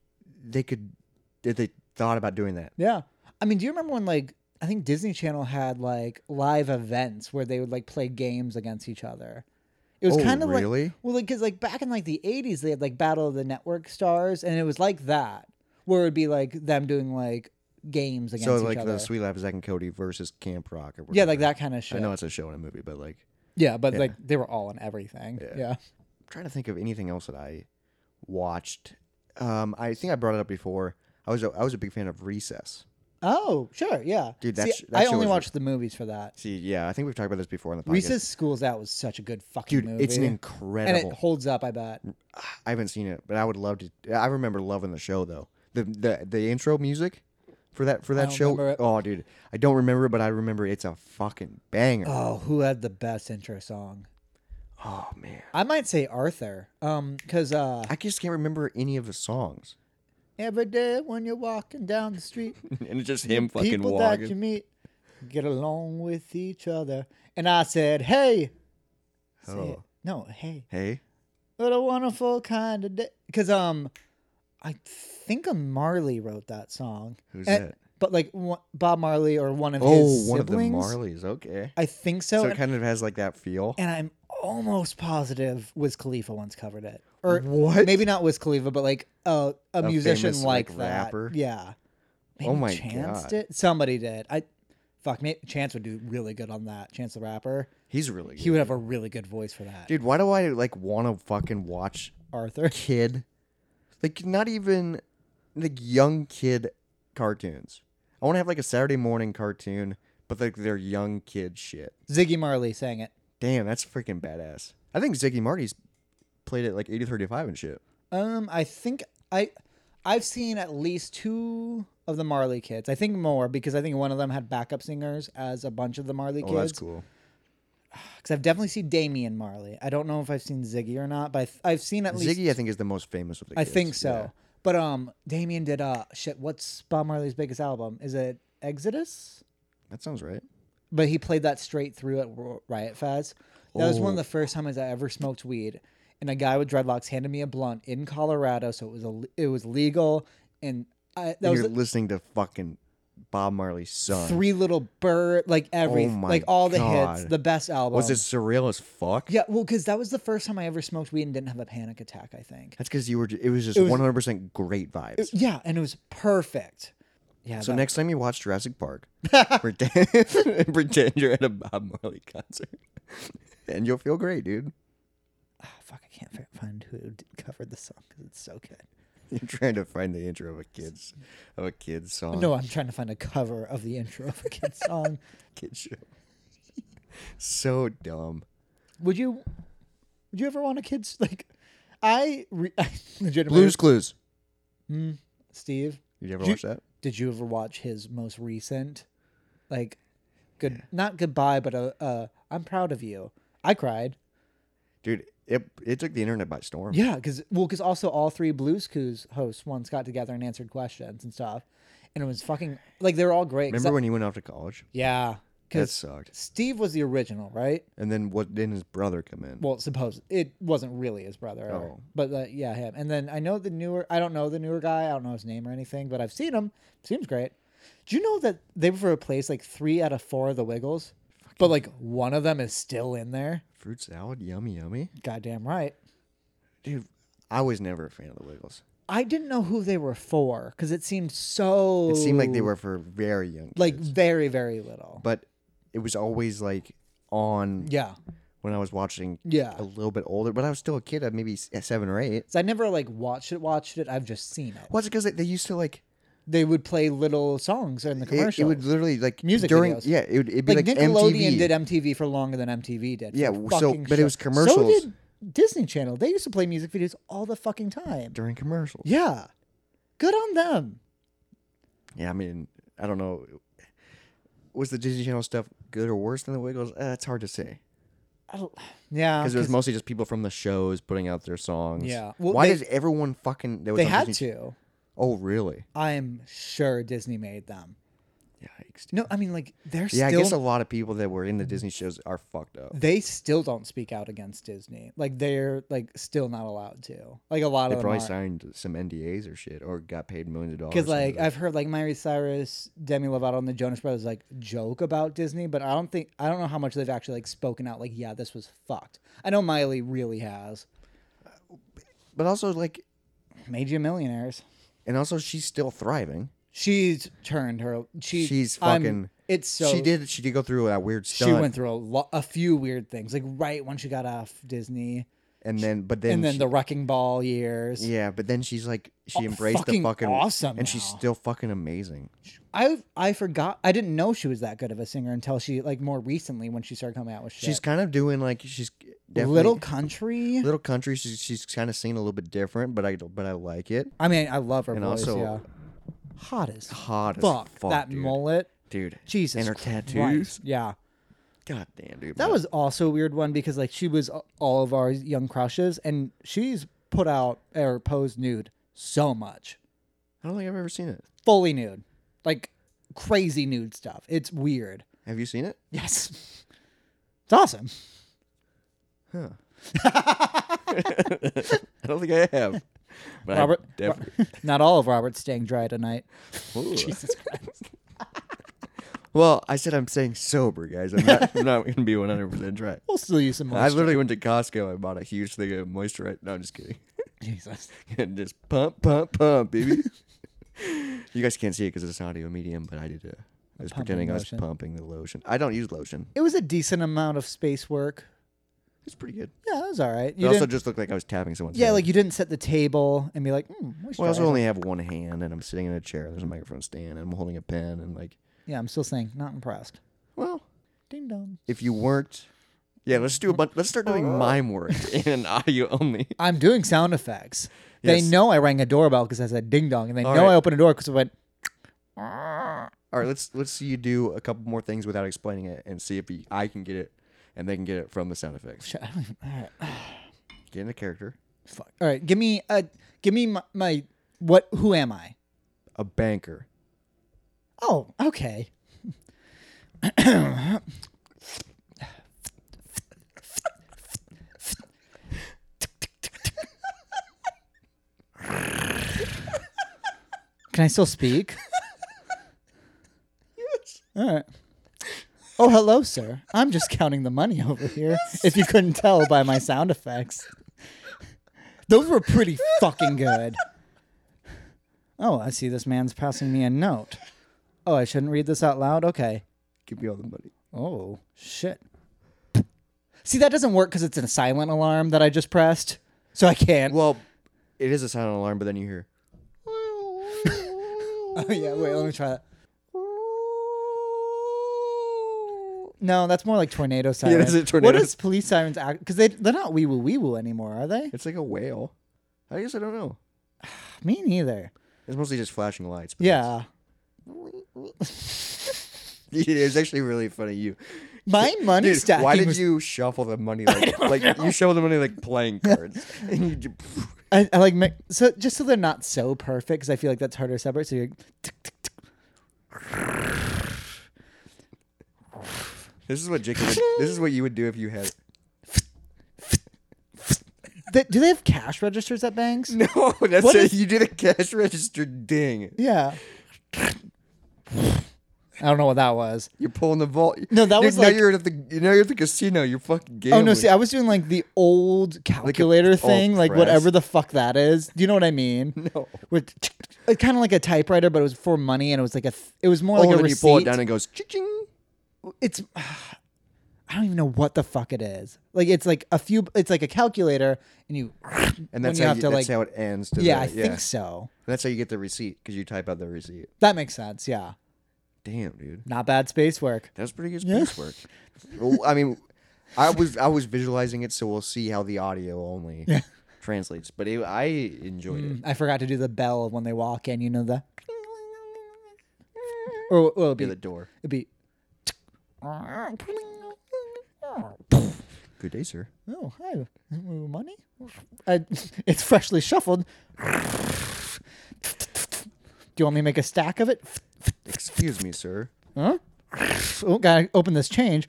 B: they could, that they thought about doing that.
A: Yeah. I mean, do you remember when like, I think Disney Channel had like live events where they would like play games against each other. It was
B: Oh,
A: kind of like
B: really?
A: Well, like, cause like back in like the '80s, they had like Battle of the Network Stars, and it was like that, where it'd be like them doing like games against
B: So
A: each
B: like
A: other.
B: the Sweet Life Zack and Cody versus Camp Rock or whatever.
A: yeah, like that kind of shit.
B: I know it's a show and a movie, but like
A: Yeah, but like they were all in everything. Yeah.
B: I'm trying to think of anything else that I watched. Um, I think I brought it up before. I was a, I was a big fan of Recess.
A: Oh, sure. Yeah.
B: Dude,
A: See,
B: that sh- that
A: I
B: show
A: only
B: was-
A: watched the movies for that.
B: See, yeah, I think we've talked about this before on the podcast.
A: Reese's School's Out was such a good fucking
B: dude,
A: movie.
B: it's an
A: and
B: incredible.
A: it holds up. I bet.
B: I haven't seen it, but I would love to. I remember loving the show though. The the the intro music for that for that
A: don't
B: show.
A: remember it.
B: Oh, dude, I don't remember, it, but I remember it's a fucking banger. Oh,
A: Oh, who had the best intro song?
B: man,
A: I might say Arthur. Um, cause uh,
B: I just can't remember any of the songs.
A: every day when you're walking down the street,
B: and it's just him
A: people that you meet get along with each other. And I said, hey. Say it.
B: Oh.
A: No, hey.
B: Hey,
A: What a wonderful kind of day. Because um, I think a Marley wrote that song.
B: Who's
A: And-
B: that?
A: But like one, Bob Marley or one of
B: oh,
A: his
B: one of the
A: siblings.
B: Marleys. Okay,
A: I think so.
B: so it
A: and,
B: kind of has like that feel.
A: and I'm almost positive Wiz Khalifa once covered it, or
B: What?
A: maybe not Wiz Khalifa, but like a a, musician
B: famous,
A: like,
B: like,
A: that.
B: rapper?
A: Yeah. Maybe
B: Oh my
A: Chance
B: God.
A: did. Somebody did. I fuck. Maybe Chance would do really good on that. Chance the rapper.
B: He's really good.
A: He would have a really good voice for that.
B: Dude, why do I like want to fucking watch
A: Arthur.
B: kid, like not even like young kid cartoons? I want to have like a Saturday morning cartoon, but like they're young kid shit.
A: Ziggy Marley sang it.
B: Damn, that's freaking badass. I think Ziggy Marty's played at like 80 35 and shit.
A: Um, I think I I've seen at least two of the Marley kids. I think more because I think one of them had backup singers as a bunch of the Marley
B: Oh,
A: kids.
B: that's cool.
A: Because I've definitely seen Damian Marley. I don't know if I've seen Ziggy or not, but I th- I've seen at least.
B: Ziggy, I think, is the most famous of the
A: I
B: kids.
A: think so.
B: Yeah.
A: But um, Damian did uh shit. What's Bob Marley's biggest album? Is it Exodus?
B: That sounds right.
A: But he played that straight through at Ro- Riot Fest. That was one of
B: Oh.
A: the first times I ever smoked weed, and a guy with dreadlocks handed me a blunt in Colorado, so it was a, it was legal, and I, that
B: And
A: was
B: you're listening to fucking Bob Marley's son.
A: Three Little Bird, like every,
B: Oh my
A: like all the hits,
B: God.
A: the best album.
B: Was it surreal as fuck?
A: Yeah, well, because that was the first time I ever smoked weed and didn't have a panic attack. I think.
B: That's because you were. ju- It was just
A: was-
B: 100% great vibes.
A: Yeah, and it was perfect. Yeah.
B: So
A: that-
B: next time you watch Jurassic Park, pretend, pretend you're at a Bob Marley concert, and you'll feel great, dude.
A: Ah, fuck, I can't fi- find who d- covered the song because it's so good.
B: You're trying to find the intro of a kids of a kids song,
A: No, I'm trying to find a cover of the intro of a kid's song.
B: kids show. so dumb.
A: Would you? Would you ever want a kid's like? I, re- I legitimately.
B: Blues Clues.
A: Steve,
B: You ever
A: Ju-
B: watch that?
A: did you ever watch his most recent, like, good not goodbye, but uh, uh, I'm proud of you. I cried.
B: Dude, it it took the internet by storm.
A: Yeah, because well, because also all three Blues Clues hosts once got together and answered questions and stuff, and it was fucking like they were all great. 'cause
B: Remember
A: I-
B: when he went off to college?
A: yeah,
B: That
A: because
B: sucked.
A: Steve was the original, right?
B: And then what? Then his brother come in.
A: Well, suppose it wasn't really his brother,
B: Oh.
A: but uh, yeah, him. And then I know the newer. I don't know the newer guy. I don't know his name or anything, but I've seen him. Seems great. Do you know that they've replaced like three out of four of the Wiggles, but like one of them is still in there?
B: Fruit salad, yummy, yummy.
A: Goddamn right.
B: Dude, I was never a fan of the Wiggles.
A: I didn't know who they were for because it seemed so.
B: It seemed like they were for very young. Kids.
A: like very very little
B: but it was always like on
A: yeah
B: when I was watching
A: Yeah.
B: a little bit older, but I was still a kid at maybe s- at seven or eight.
A: 'Cause i never like watched it watched it i've just seen it
B: Was it because they, they used to like
A: they would play little songs in the
B: it,
A: commercials
B: it would literally like
A: Music
B: during
A: videos.
B: yeah it would it'd be
A: like,
B: like,
A: nickelodeon
B: MTV.
A: did mtv for longer than mtv did
B: Yeah,
A: for
B: w- so-
A: fucking
B: but it
A: sure.
B: was commercials.
A: so did disney channel they used to play music videos all the fucking time
B: during commercials. Yeah.
A: yeah good on them
B: I mean I don't know. Was the Disney Channel stuff good or worse than the Wiggles? Uh, it's hard to say
A: I don't- yeah
B: because it was mostly just people from the shows putting out their songs.
A: Uh, Yeah. Well,
B: Why
A: they-
B: did everyone fucking? That was
A: they
B: on
A: had
B: Disney-
A: to
B: Oh really?
A: i'm sure disney made them
B: Yikes.
A: no i mean like they're
B: Yeah,
A: still
B: I guess a lot of people that were in the Disney shows are fucked up.
A: they still don't speak out against Disney. Like they're like still not allowed to. Like a lot
B: They
A: of
B: probably
A: them
B: signed some NDAs or shit, or got paid millions of dollars.
A: because like
B: under
A: I've heard like Miley Cyrus, Demi Lovato, and the Jonas Brothers like joke about Disney, but I don't think I don't know how much they've actually like spoken out. Like yeah, this was fucked. I know Miley really has
B: the- but also like,
A: made you millionaires.
B: and also she's still thriving.
A: She's turned her. She,
B: She's
A: I'm-
B: fucking-
A: it's so
B: she did. She did go through that weird
A: She
B: stunt.
A: went through a, lo- a few weird things. Like right when she got off Disney,
B: and then, but then,
A: and then
B: she-
A: the Wrecking Ball years.
B: yeah, but then she's like, she embraced
A: fucking
B: the fucking
A: awesome
B: and she's
A: now.
B: still fucking amazing.
A: I I forgot I didn't know she was that good of a singer until she like more recently when she started coming out with shit.
B: She's kind of doing like she's definitely
A: little country.
B: little country. She's she's kind of seen a little bit different, but I but I like it.
A: I mean, I love her
B: And
A: voice.
B: also
A: yeah, hot as
B: hot as
A: fuck.
B: fuck,
A: that
B: dude.
A: mullet,
B: dude.
A: Jesus.
B: and her
A: Christ.
B: tattoos.
A: Yeah,
B: God damn, dude.
A: that was also a weird one because like she was a- all of our young crushes, and she's put out or posed nude so much,
B: I don't think I've ever seen it.
A: fully nude, like crazy nude stuff. It's weird.
B: Have you seen it?
A: Yes, it's awesome.
B: I don't think I have. But I
A: Robert,
B: definitely-
A: not all of Robert's staying dry tonight.
B: Ooh.
A: Jesus Christ.
B: Well, I said I'm staying sober, guys. I'm not, I'm not going to be 100% right.
A: We'll still use some
B: I
A: moisture.
B: literally went to Costco. I bought a huge thing of moisturizer. No, I'm just kidding.
A: Jesus.
B: and just pump, pump, pump, baby. you guys can't see it because it's an audio medium, but I did it. I was
A: Pumping
B: pretending I was
A: lotion.
B: pumping the lotion. I don't use lotion.
A: It was a decent amount of space work.
B: It's pretty good.
A: Yeah, it was all right.
B: It
A: You
B: also
A: didn't-
B: just looked like I was tapping someone's
A: yeah,
B: hand.
A: like you didn't set the table and be like, hmm,
B: Well, I also
A: moisturizer."
B: only have one hand, and I'm sitting in a chair. There's a microphone stand, and I'm holding a pen, and like,
A: yeah, I'm still saying not impressed.
B: well,
A: Ding dong.
B: if you worked, yeah, let's do a bunch. Let's start doing mime work in audio only.
A: I'm doing sound effects.
B: Yes.
A: They know I rang a doorbell because I said ding dong, and they
B: All
A: know
B: right.
A: I opened a door because I went.
B: All right, let's let's see you do a couple more things without explaining it, and see if you, I can get it, and they can get it from the sound effects.
A: Shit, I don't even. All right,
B: Get in the character,
A: fuck. All right, give me a, give me my, my what? Who am I?
B: a banker.
A: Oh, okay. Can I still speak?
B: Yes.
A: All right. Oh, hello, sir. I'm just counting the money over here, if you couldn't tell by my sound effects. Those were pretty fucking good. Oh, I see this man's passing me a note. Oh, I shouldn't read this out loud? Okay.
B: Give me all the money.
A: Oh, shit. See, that doesn't work because it's a silent alarm that I just pressed. So I can't.
B: Well, it is a silent alarm, but then you hear.
A: Oh, yeah, wait, let me try that. No, that's more like tornado sirens.
B: that's a tornado.
A: What is police sirens act? Because they they're not wee woo wee woo anymore, are they?
B: It's like a whale. I guess I don't know.
A: Me neither.
B: It's mostly just flashing lights. but it's-
A: Yeah,
B: it is actually really funny. You,
A: my money
B: dude,
A: stacking.
B: why did
A: was-
B: you shuffle the money like, like you shuffle the money like playing cards? and you ju-
A: I, I like make, so just so they're not so perfect because I feel like that's harder to separate. So you're tick, tick, tick.
B: this is what Jacob. Would, this is what you would do if you had.
A: They- do they have cash registers at banks?
B: No, that's
A: What
B: it.
A: is-
B: you did a cash register ding.
A: Yeah. I don't know what that was.
B: You're pulling the vault.
A: No, that
B: Dude,
A: was
B: now
A: like-
B: you're at the now you're at the casino. You're
A: Oh
B: fucking gambling.
A: no! See, I was doing like the old calculator
B: old
A: thing, like
B: press.
A: whatever the fuck that is. Do you know what I mean?
B: No.
A: With it's kind of like a typewriter, but it was for money, and it was like a. Th- it was more
B: Oh,
A: like a
B: then you
A: receipt.
B: pull it down and it goes ching.
A: it's I don't even know what the fuck it is. Like it's like a few. It's like a calculator, and you.
B: And
A: when
B: that's
A: you
B: how
A: have
B: you,
A: to
B: that's
A: like.
B: how it ends. To
A: yeah, I
B: the-
A: think so.
B: That's how you get the receipt because you type out the receipt.
A: That makes sense. Yeah,
B: Damn, dude,
A: not bad space work.
B: that's pretty good space work. Well, I mean, I was I was visualizing it, so we'll see how the audio only translates. But it, I enjoyed it.
A: Mm, I forgot to do the bell when they walk in. You know the. Or well, it'd be
B: Near the door.
A: it'd be.
B: Good day, sir.
A: Oh hi, money. I, it's freshly shuffled. Do you want me to make a stack of it?
B: Excuse me, sir.
A: Oh, gotta open this change.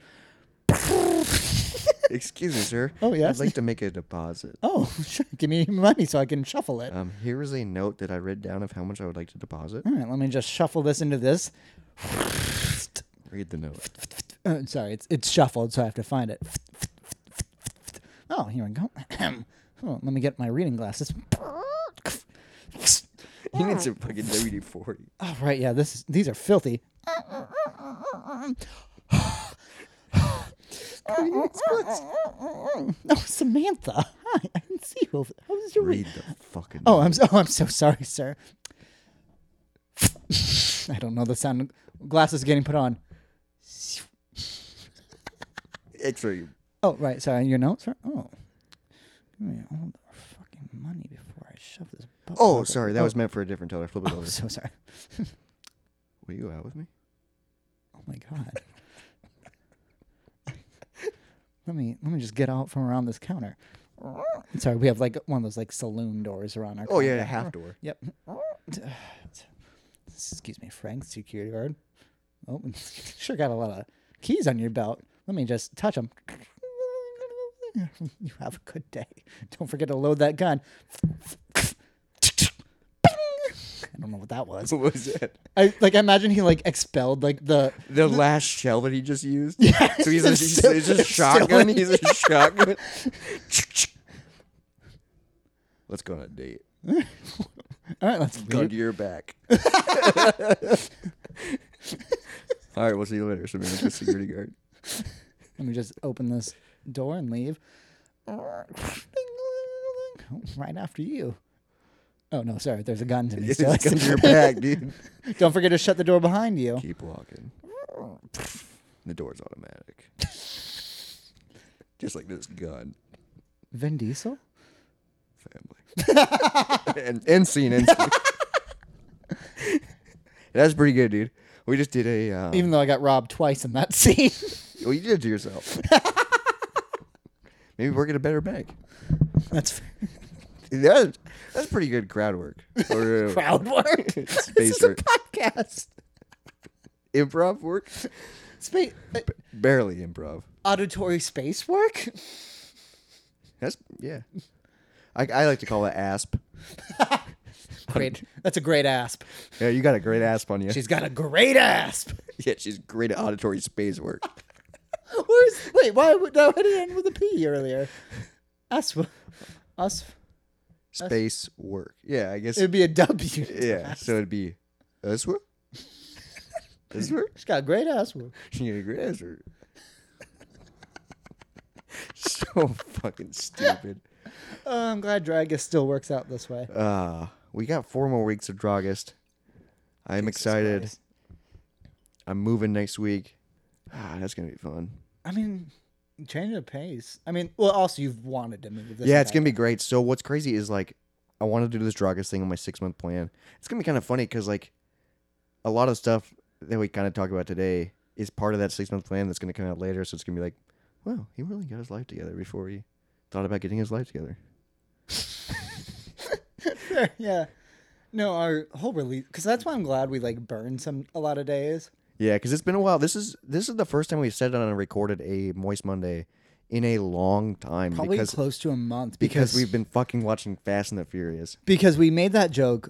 B: Excuse me, sir.
A: Oh, yes?
B: I'd like to make a deposit.
A: Oh, sure. Give me money so I can shuffle it.
B: Um, here is a note that I read down of how much I would like to deposit.
A: All right, let me just shuffle this into this.
B: Read the note.
A: Uh, sorry, it's it's shuffled, so I have to find it. Oh, here we go. oh, let me get my reading glasses.
B: You need some fucking WD forty.
A: Oh, right, yeah, this is, these are filthy. Oh, Samantha. Hi, I didn't see you. Over How was your
B: Read the fucking.
A: Oh, I'm so, oh, I'm so sorry, sir. I don't know the sound. Glasses getting put on.
B: X-ray.
A: Oh, right. Sorry, your notes are. Oh, give me all the fucking money before I shove this. Boat
B: Oh, sorry, that was meant for a different title. I flipped it
A: I'm
B: over.
A: Oh, so sorry.
B: Will you go out with me?
A: Oh my god. let me let me just get out from around this counter. Sorry, we have like one of those like saloon doors around our.
B: Oh yeah,
A: counter.
B: a half door.
A: Yep. Excuse me, Frank, security guard. Oh, sure got a lot of keys on your belt. Let me just touch them. You have a good day. Don't forget to load that gun. Bing! I don't know what that was.
B: What was it?
A: I like I imagine he like expelled like the
B: The last shell that he just used.
A: Yeah,
B: So he's a,
A: it's
B: he's,
A: still-
B: he's a
A: it's still
B: shotgun.
A: in-
B: He's a shotgun. Let's go on a date.
A: all right let's
B: Gun
A: leave.
B: to your back. All right, we'll see you later. So maybe the security guard.
A: let me just open this door and leave. Right after you. Oh no, sorry. There's a gun to me.
B: It's
A: Still.
B: gun to your back, dude.
A: Don't forget to shut the door behind you.
B: Keep walking. The door's automatic. Just like this gun.
A: Vin Diesel.
B: Family. and end scene, end scene. That's pretty good, dude. We just did a. Um,
A: Even though I got robbed twice in that scene.
B: Well, you did it to yourself. Maybe work at a better bank.
A: That's f-
B: That's, that's pretty good crowd work. Or, uh,
A: crowd work. this
B: space
A: is a
B: work.
A: podcast.
B: Improv work?
A: Space uh,
B: Barely improv.
A: auditory space work.
B: That's, yeah. I, I like to call it asp.
A: Great. That's a great asp.
B: Yeah, you got a great asp on you.
A: She's got a great asp.
B: yeah, she's great at auditory space work.
A: Where's wait? Why would that would it end with a P earlier? Us, us.
B: Space work. Yeah, I guess.
A: It'd be a W.
B: yeah, so it'd be asp. Asp?
A: She's got a great ass. whoop.
B: You get a great asp. So fucking stupid.
A: Oh, I'm glad Dragus still works out this way.
B: Uh, we got four more weeks of Dragist. I'm excited.
A: Christ.
B: I'm moving next week. Ah, that's gonna be fun.
A: I mean, change of pace. I mean, well, also you've wanted to move. This
B: yeah, it's
A: entire-
B: gonna be great. So what's crazy is like, I want to do this Dragist thing on my six month plan. It's gonna be kind of funny because like, a lot of stuff that we kind of talk about today is part of that six month plan that's gonna come out later. So it's gonna be like, wow, he really got his life together before he thought about getting his life together.
A: yeah. No, our whole release because that's why I'm glad we like burned some a lot of days.
B: Yeah, because it's been a while. This is this is the first time we've said it on and recorded a Moist Monday in a long time
A: Probably
B: because
A: close to a month
B: because we've been fucking watching Fast and the Furious.
A: because we made that joke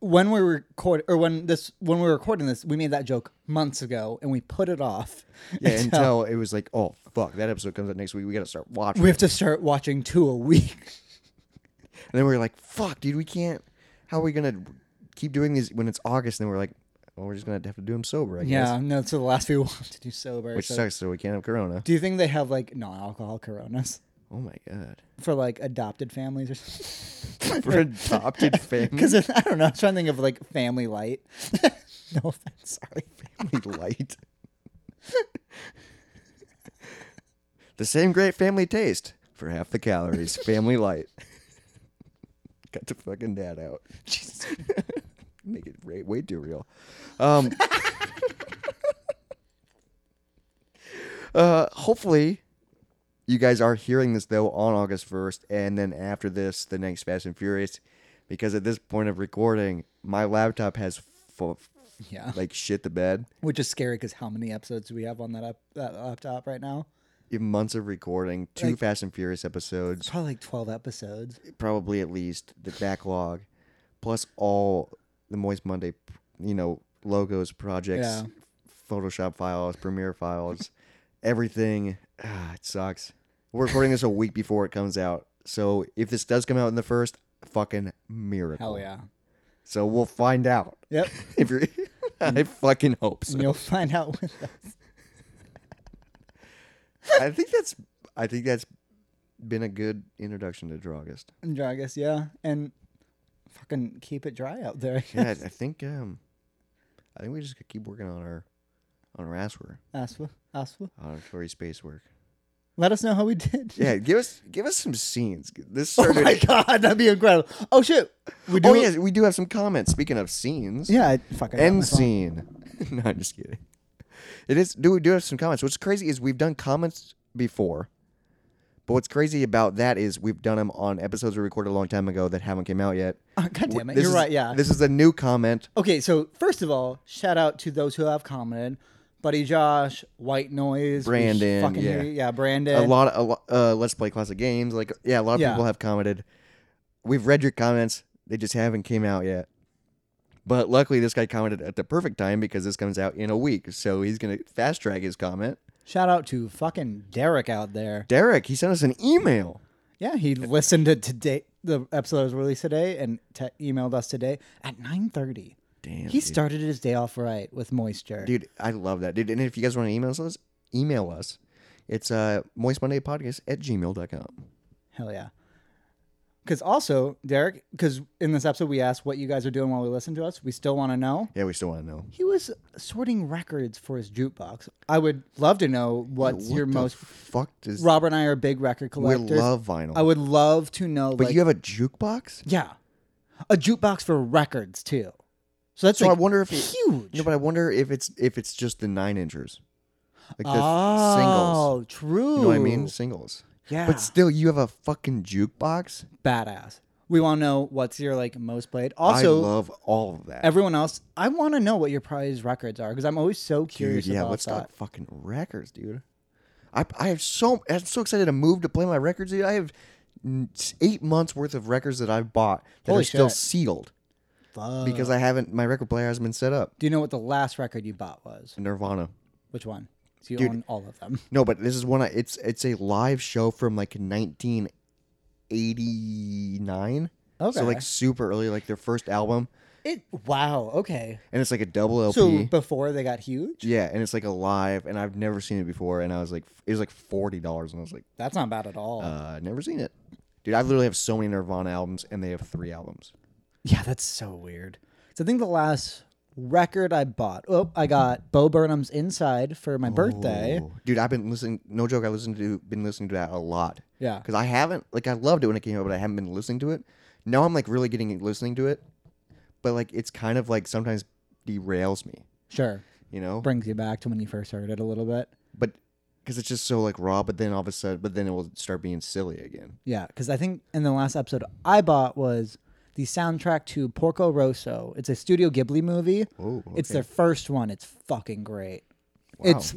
A: when we were record or when this when we were recording this we made that joke months ago and we put it off
B: Yeah,
A: until-
B: until it was like, oh fuck, that episode comes out next week. We gotta start watching.
A: we
B: it.
A: have to start watching two a week
B: and then we were like, fuck, dude, we can't. How are we gonna keep doing these when it's August? And then we're like, well, we're just gonna have to do them sober, I guess.
A: yeah no so the last few we'll have to do sober
B: Which
A: so-
B: sucks. So we can't have Corona.
A: do you think they have like non-alcohol coronas
B: Oh my god.
A: for like adopted families or something
B: For adopted family,
A: because i don't know i'm trying to think of like family light no offense sorry
B: family light. the same great family taste for half the calories. Family light. Got the fucking dad out.
A: Jesus.
B: Make it way, way too real. Um, uh, hopefully, you guys are hearing this though on August first, and then after this, the next Fast and Furious, because at this point of recording, my laptop has f-
A: yeah
B: like shit the bed.
A: which is scary because how many episodes do we have on that up that laptop right now
B: In months of recording, two
A: Like-
B: Fast and Furious episodes,
A: probably like 12 episodes
B: probably at least the backlog, plus all the Moist Monday, you know, logos, projects,
A: Yeah.
B: Photoshop files, Premiere files, everything. Ah, it sucks. We're recording this a week before it comes out, so if this does come out in the first, fucking miracle.
A: hell yeah
B: So we'll find out
A: yep
B: if you're. I fucking hope so.
A: and you'll find out with us.
B: I think that's. I think that's been a good introduction to Drogist.
A: Dragus, yeah, and fucking keep it dry out there.
B: Yeah, I I think um, I think we just could keep working on our on our ass work,
A: Aswa, Aswa,
B: on our Tory space work.
A: let us know how we did.
B: Yeah, give us give us some scenes. G- This
A: Oh
B: started.
A: my god, that'd be incredible. Oh shit, we do.
B: oh yeah, we do have some comments. Speaking of scenes,
A: yeah. I fucking got my
B: end
A: phone.
B: scene. no, I'm just kidding. It is. Do we do have some comments? What's crazy is we've done comments before, but what's crazy about that is we've done them on episodes we recorded a long time ago that haven't came out yet.
A: Oh, god damn it,
B: This
A: you're
B: is-
A: right. Yeah.
B: This is a new comment.
A: okay, so first of all, shout out to those who have commented. Buddy Josh, White Noise, we
B: Brandon,
A: fucking
B: yeah.
A: hear you. yeah, Brandon.
B: a lot of a lot, uh, let's play classic games like yeah a lot of
A: Yeah.
B: people have commented we've read your comments they just haven't came out yet But luckily, this guy commented at the perfect time because this comes out in a week. So he's going to fast track his comment.
A: Shout out to fucking Derek out there.
B: Derek, he sent us an email.
A: Yeah, he listened to today. The episode was released today, and te- emailed us today at nine thirty.
B: Damn.
A: He
B: dude.
A: started his day off right with moisture.
B: Dude, I love that. Dude, and if you guys want to email us, email us. It's uh, moistmondaypodcast at gmail.com.
A: Hell yeah. Because also, Derek, because in this episode we asked what you guys are doing while we listen to us. We still want to know.
B: Yeah, we still want to know.
A: He was sorting records for his jukebox. I would love to know what's
B: What
A: your
B: the
A: most.
B: fuck does
A: Robert and I are big record
B: we
A: collectors.
B: love vinyl?
A: I would love to know.
B: but
A: like,
B: you have a jukebox?
A: yeah, a jukebox for records too. So that's
B: So
A: like
B: I wonder if it-
A: huge.
B: No, but I wonder if it's if it's just the nine inchers, like the th-
A: oh,
B: singles.
A: true.
B: You know what I mean? Singles.
A: Yeah.
B: But still, you have a fucking jukebox.
A: badass. We want to know what's your like most played.
B: I
A: Also,
B: love all of that.
A: everyone else, I want to know what your prized records are because I'm always so curious
B: dude, yeah,
A: about
B: let's
A: that.
B: talk fucking records, dude. I I have so I'm so excited to move to play my records, dude. I have n- eight months worth of records that I've bought that
A: Holy
B: are still
A: shit.
B: sealed
A: Fuck.
B: because I haven't my record player hasn't been set up.
A: Do you know what the last record you bought was?
B: Nirvana.
A: Which one? So you
B: Dude.
A: own all of them.
B: No, but this is one. I, it's it's a live show from like 1989.
A: Okay.
B: So like super early, like their first album,
A: It wow. Okay.
B: and it's like a double LP.
A: So before they got huge,
B: yeah, and it's like a live, and I've never seen it before. And I was like, it was like forty dollars, and I was like,
A: that's not bad at all.
B: uh, never seen it, dude. I literally have so many Nirvana albums, and they have three albums.
A: yeah, that's so weird. So I think the last record I bought. Oh, I got Bo Burnham's Inside for my birthday.
B: Oh, dude, I've been listening. No joke, I listened to been listening to that a lot.
A: Yeah.
B: because I haven't like I loved it when it came out, but I haven't been listening to it. Now I'm like really getting listening to it, but like it's kind of like sometimes derails me,
A: Sure.
B: you know.
A: Brings you back to when you first heard it a little bit.
B: But because it's just so like raw, but then all of a sudden, but then it will start being silly again.
A: Yeah, because I think in the last episode I bought was the soundtrack to Porco Rosso. It's a Studio Ghibli movie.
B: Oh,
A: It's their first one. It's fucking great. It's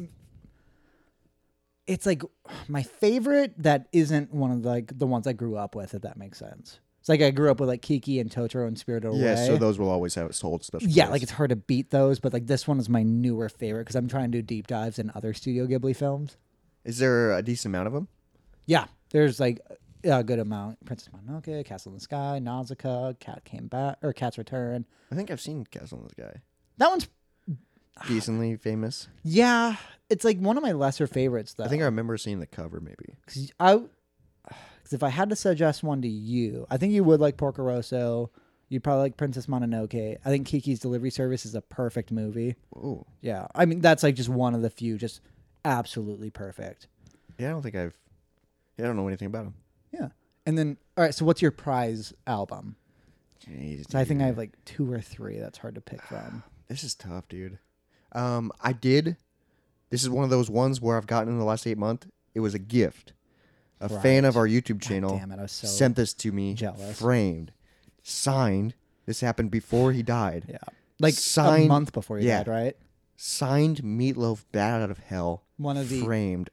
A: it's like my favorite that isn't one of like the ones I grew up with, if that makes sense. It's like I grew up with like Kiki and Totoro and Spirited
B: yeah.
A: Away.
B: So those will always have its whole special.
A: yeah,
B: place.
A: like it's hard to beat those, but like this one is my newer favorite because I'm trying to do deep dives in other Studio Ghibli films.
B: is there a decent amount of them?
A: Yeah, there's like a good amount. Princess Mononoke, Castle in the Sky, Nausicaa, Cat Came Back, or Cat's Return.
B: I think I've seen Castle on this guy.
A: That one's Ah.
B: Decently famous.
A: yeah, it's like one of my lesser favorites though.
B: I think I remember seeing the cover. Maybe.
A: Cause I, cause if I had to suggest one to you, I think you would like Porco Rosso. You'd probably like Princess Mononoke. I think Kiki's Delivery Service is a perfect movie.
B: Oh,
A: Yeah, I mean that's like just one of the few, just absolutely perfect.
B: yeah. I don't think I've. Yeah, I don't know anything about him.
A: Yeah, and then all right. So what's your prize album?
B: Jeez,
A: So I think I have like two or three. That's hard to pick from.
B: This is tough, dude. Um, I did. This is one of those ones where I've gotten in the last eight month. It was a gift. A fan of our YouTube channel
A: damn it, I was so
B: sent this to me,
A: jealous.
B: framed, signed. This happened before he died.
A: Yeah, like a
B: Sign-
A: month before you
B: yeah.
A: died, right?
B: Signed Meatloaf Bad Out of Hell.
A: One of the-
B: framed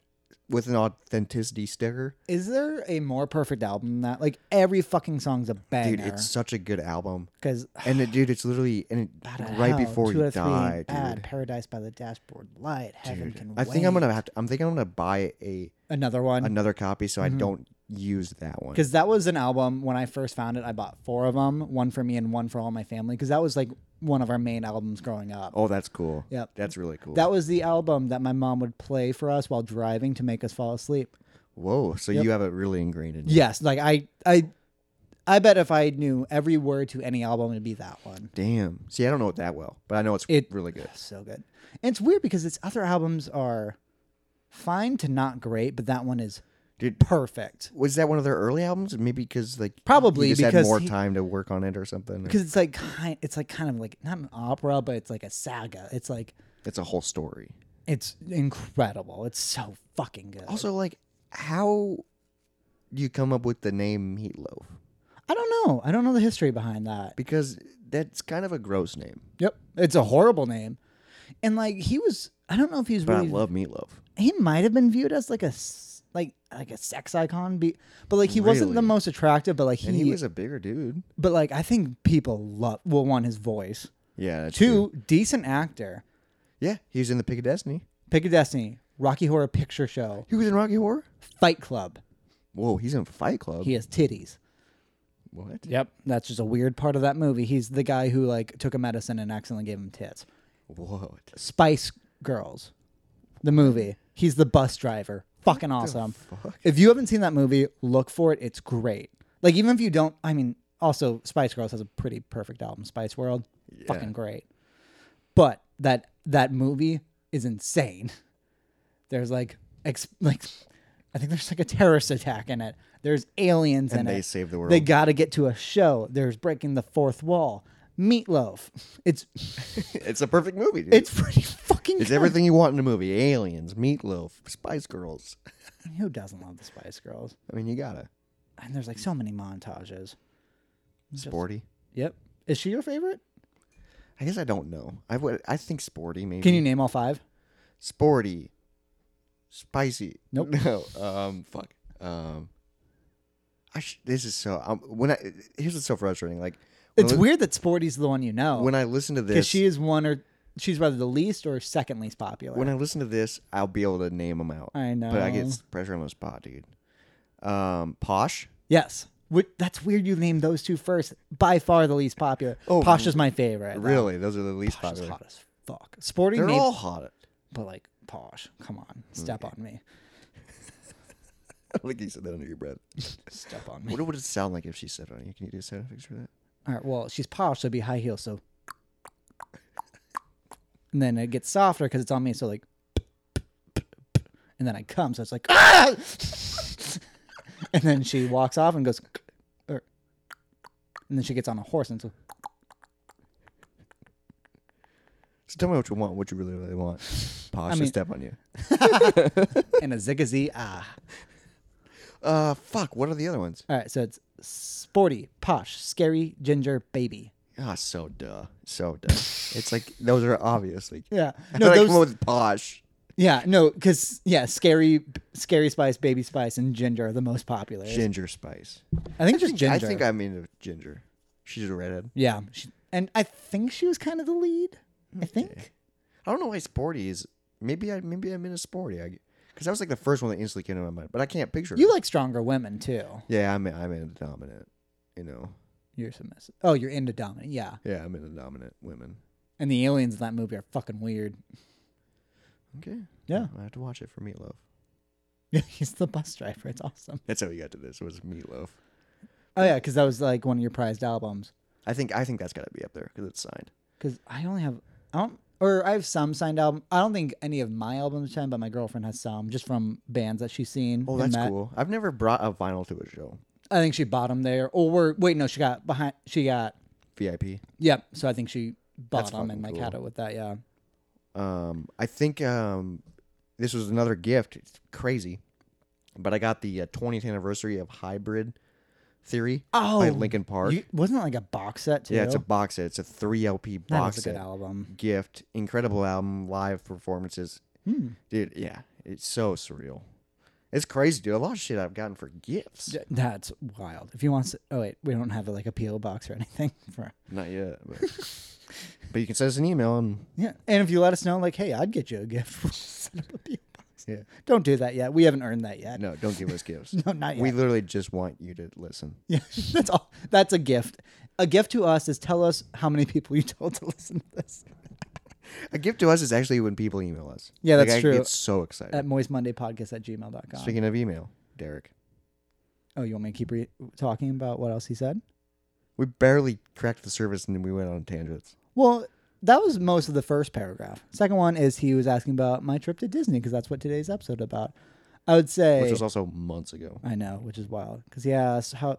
B: with an authenticity sticker.
A: Is there a more perfect album than that? Like every fucking song's a
B: Dude,
A: banger.
B: it's such a good album.
A: Because
B: And it, dude, it's literally and it,
A: Outta
B: right
A: hell,
B: before
A: two
B: he
A: out of three ain't
B: died,
A: bad.
B: dude.
A: Paradise by the dashboard light. Heaven can
B: I
A: wait.
B: think I'm gonna have to. I'm thinking I'm gonna buy a
A: another one
B: another copy so I don't use that one.
A: because that was an album when I first found it. I bought four of them, one for me and one for all my family, because that was like one of our main albums growing up.
B: Oh, that's cool.
A: Yep.
B: That's really cool.
A: That was the album that my mom would play for us while driving to make us fall asleep.
B: Whoa. So you have it really ingrained in you.
A: Yes, like I, I, I bet if I knew every word to any album, it'd be that one.
B: Damn. See, I don't know it that well, but I know it's
A: It-
B: really good.
A: So good. And it's weird because its other albums are fine to not great, but that one is
B: Dude.
A: perfect.
B: Was that one of their early albums? Maybe because like
A: Probably
B: you just had
A: because
B: more
A: he-
B: time to work on it or something.
A: because it's like kind it's like kind of like not an opera but it's like a saga it's like
B: it's a whole story.
A: it's incredible it's so fucking good
B: Also, like, how do you come up with the name Meatloaf?
A: i don't know i don't know the history behind that
B: Because that's kind of a gross name.
A: yep it's a horrible name and like he was i don't know if he was
B: But I
A: really
B: love Meatloaf.
A: he might have been viewed as like a s- like like a sex icon be, but like he wasn't the
B: Really?
A: most attractive but like he,
B: And he was a bigger dude.
A: but like i think people love well one his voice
B: Yeah. that's true.
A: Two, decent actor.
B: Yeah, he was in the Pick of Destiny.
A: Pick a Destiny, Rocky Horror Picture Show,
B: He was in Rocky Horror.
A: Fight Club.
B: Whoa, he's in Fight Club.
A: He has titties.
B: what?
A: Yep. That's just a weird part of that movie. He's the guy who like took a medicine and accidentally gave him tits.
B: What?
A: Spice Girls, the movie. He's the bus driver. Fucking awesome.
B: fuck?
A: If you haven't seen that movie, look for it. It's great. Like even if you don't, I mean, also Spice Girls has a pretty perfect album. Spice World, fucking great. But that that movie is insane. There's like ex- like I think there's like a terrorist attack in it. There's aliens in
B: And they
A: it.
B: save the world.
A: They got to get to a show. There's breaking the fourth wall. Meatloaf. It's
B: it's a perfect movie. Dude.
A: it's pretty fucking.
B: It's
A: good.
B: everything you want in a movie: aliens, meatloaf, Spice Girls.
A: Who doesn't love the Spice Girls?
B: I mean, you gotta
A: And there's like so many montages.
B: sporty.
A: Yep. Is she your favorite?
B: I guess I don't know. I would. I think sporty maybe.
A: Can you name all five?
B: sporty, spicy?
A: Nope.
B: No. Um. Fuck. Um. I sh- this is so. Um, when I here's what's so frustrating. Like when
A: It's
B: I-
A: weird that Sporty's the one you know
B: When I listen to
A: because
B: this,
A: she is one or she's rather the least or second least popular.
B: when I listen to this, I'll be able to name them out.
A: I
B: But I get
A: know.
B: s- pressure on the spot, dude. Um, Posh.
A: yes, Wh- that's weird. You named those two first. By far the least popular.
B: Oh,
A: Posh is my favorite. though.
B: Really, those are the least
A: Posh is
B: popular.
A: hot as fuck. Sporty,
B: They're
A: maybe,
B: all Mm. hot.
A: but like Posh. Come on, step on me.
B: I think you said that under your breath.
A: Step on me.
B: What would it sound like if she said on you? Can you do sound effects for that?
A: All right. Well, she's posh, so it'd be high heels. So, and then it gets softer because it's on me. So like, and then I come. So it's like, ah! and then she walks off and goes, or, and then she gets on a horse and so
B: So tell me what you want. What you really, really want. Posh
A: mean-
B: to step on you.
A: and a zig a zee ah.
B: Uh, fuck. What are the other ones?
A: All right. So it's sporty, posh, scary, ginger, baby.
B: Ah, so duh. So duh. it's like those are obviously.
A: Yeah.
B: No,
A: No,
B: I come up
A: those.
B: with Posh.
A: Yeah. No, because yeah, scary, scary spice, baby spice, and ginger are the most popular.
B: Ginger spice.
A: I think just ginger.
B: I think I'm into ginger. She's a redhead.
A: Yeah, she, and I think she was kind of the lead. I think.
B: I don't know why sporty is. Maybe I maybe I'm into sporty. I because that was like the first one that instantly came to my mind. But I can't picture.
A: You
B: her.
A: like stronger women too.
B: yeah, I'm I'm into dominant. You know.
A: You're submissive. Oh, you're into dominant. Yeah,
B: Yeah, I'm into dominant women.
A: and the aliens in that movie are fucking weird.
B: Okay.
A: Yeah.
B: I have to watch it for meatloaf.
A: Yeah, he's the bus driver. It's awesome.
B: That's how we got to this. Was meatloaf.
A: Oh yeah, because that was like one of your prized albums.
B: I think I think that's got to be up there because it's signed.
A: Because I only have I don't or I have some signed album. I don't think any of my albums are signed, but my girlfriend has some just from bands that she's seen.
B: Oh,
A: and
B: that's
A: met.
B: cool. I've never brought a vinyl to a show.
A: I think she bought them there. Or wait, no, she got behind. She got
B: VIP.
A: yep. So I think she bought
B: That's
A: them and
B: fucking
A: like
B: cool.
A: had it with that. Yeah.
B: Um, I think um, this was another gift. It's crazy, but I got the uh, 20th anniversary of Hybrid Theory by
A: Oh,
B: Linkin Park.
A: You- wasn't it like a box set too?
B: yeah, it's a box set. It's a three LP
A: That is
B: box
A: a
B: set.
A: good album.
B: Gift, incredible album, live performances.
A: Hmm.
B: Dude, yeah, it's so surreal. It's crazy, dude. A lot of shit I've gotten for gifts.
A: D- That's wild. If you want, to, oh wait, we don't have like a PO box or anything for
B: Not yet, but, but you can send us an email and
A: yeah. And if you let us know, like, hey, I'd get you a gift. We'll set up a PO box.
B: Yeah.
A: Don't do that yet. We haven't earned that yet.
B: no, don't give us gifts.
A: No, not yet.
B: We literally just want you to listen.
A: yeah, that's all. That's a gift. A gift to us is tell us how many people you told to listen to this
B: A gift to us is actually when people email us.
A: Yeah,
B: Like,
A: that's
B: I
A: true.
B: get so excited.
A: at moistmondaypodcast at gmail.com.
B: Speaking of email, Derek,
A: oh, you want me to keep re- talking about what else he said?
B: we barely cracked the surface and then we went on tangents.
A: Well, that was most of the first paragraph. Second one is he was asking about my trip to Disney because that's what today's episode about. I would say
B: Which was also months ago.
A: I know, which is wild. Because he asked how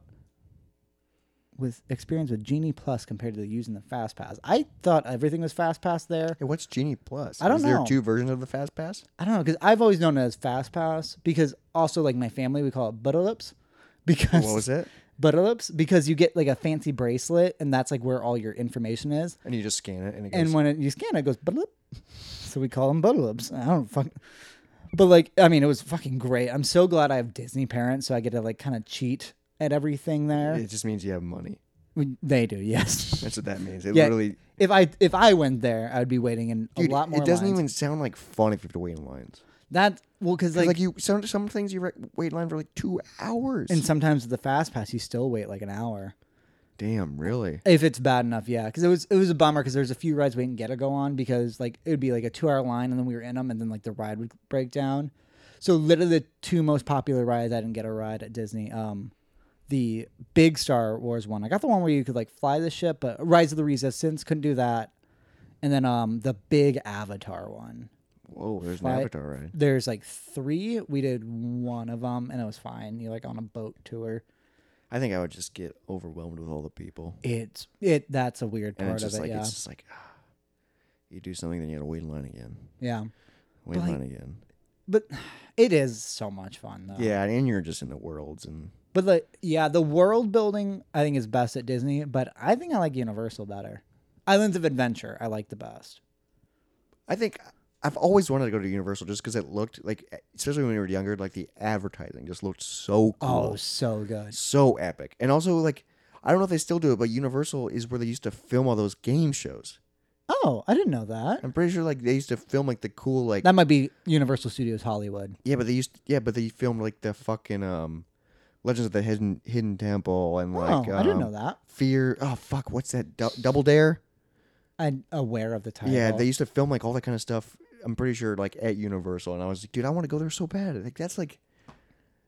A: with experience with Genie Plus compared to the using the Fast Pass. I thought everything was Fast Pass there.
B: Hey, what's Genie Plus?
A: I don't
B: Is there
A: know.
B: two versions of the Fast Pass?
A: I don't know because I've always known it as Fast Pass because also like my family we call it Butterlips because
B: What was it?
A: Butterlips because you get like a fancy bracelet and that's like where all your information is.
B: And you just scan it and it goes.
A: And when it, you scan it, it goes Butterlip. So we call them Butterlips. I don't fuck. But like, I mean, it was fucking great. I'm so glad I have Disney parents, so I get to like kind of cheat at everything there.
B: it just means you have money.
A: We- They do, yes.
B: That's what that means. It
A: Yeah.
B: literally
A: If I if I went there, I'd be waiting in
B: Dude,
A: a lot more.
B: It doesn't
A: lines.
B: even sound like fun if you have to wait in lines.
A: that well because
B: 'Cause,
A: like,
B: Like, you, some some things you re- wait in line for like two hours.
A: and sometimes with the fast pass you still wait like an hour
B: Damn, really?
A: if it's bad enough. Yeah, because it was it was a bummer because there's a few rides we didn't get to go on because like it would be like a two hour line and then we were in them and then like the ride would break down. So literally the two most popular rides I didn't get a ride at Disney. Um, the big Star Wars one I got the one where you could like fly the ship, but Rise of the Resistance couldn't do that. And then um the big Avatar one.
B: Whoa, there's an
A: Fly-
B: avatar ride.
A: There's like three. We did one of them, and it was fine. You're like on a boat tour.
B: I think I would just get overwhelmed with all the people,
A: It's it. That's a weird
B: and
A: part
B: it's just
A: of it.
B: like
A: yeah,
B: it's just like ah, you do something, then you got to wait in line again,
A: yeah.
B: wait in
A: But-
B: line again.
A: But it is so much fun though.
B: Yeah, and you're just in the worlds, and
A: But like, yeah, the world building I think is best at Disney. But I think I like Universal better. Islands of Adventure I like the best.
B: I think I've always wanted to go to Universal just because it looked like, especially when we were younger, like the advertising just looked so cool.
A: Oh, so good.
B: so epic. And also, like, I don't know if they still do it, but Universal is where they used to film all those game shows.
A: Oh, I didn't know that.
B: I'm pretty sure, like, they used to film like the cool, like,
A: That might be Universal Studios Hollywood.
B: yeah, but they used, yeah, but they filmed like the fucking um, Legends of the Hidden Hidden Temple and like,
A: oh, I didn't
B: um,
A: know that.
B: Fear. Oh fuck, what's that? Dou Double Dare.
A: I'm aware of the title.
B: Yeah, they used to film like all that kind of stuff. I'm pretty sure, like, at Universal, and I was like, dude, I want to go there so bad. Like, that's like,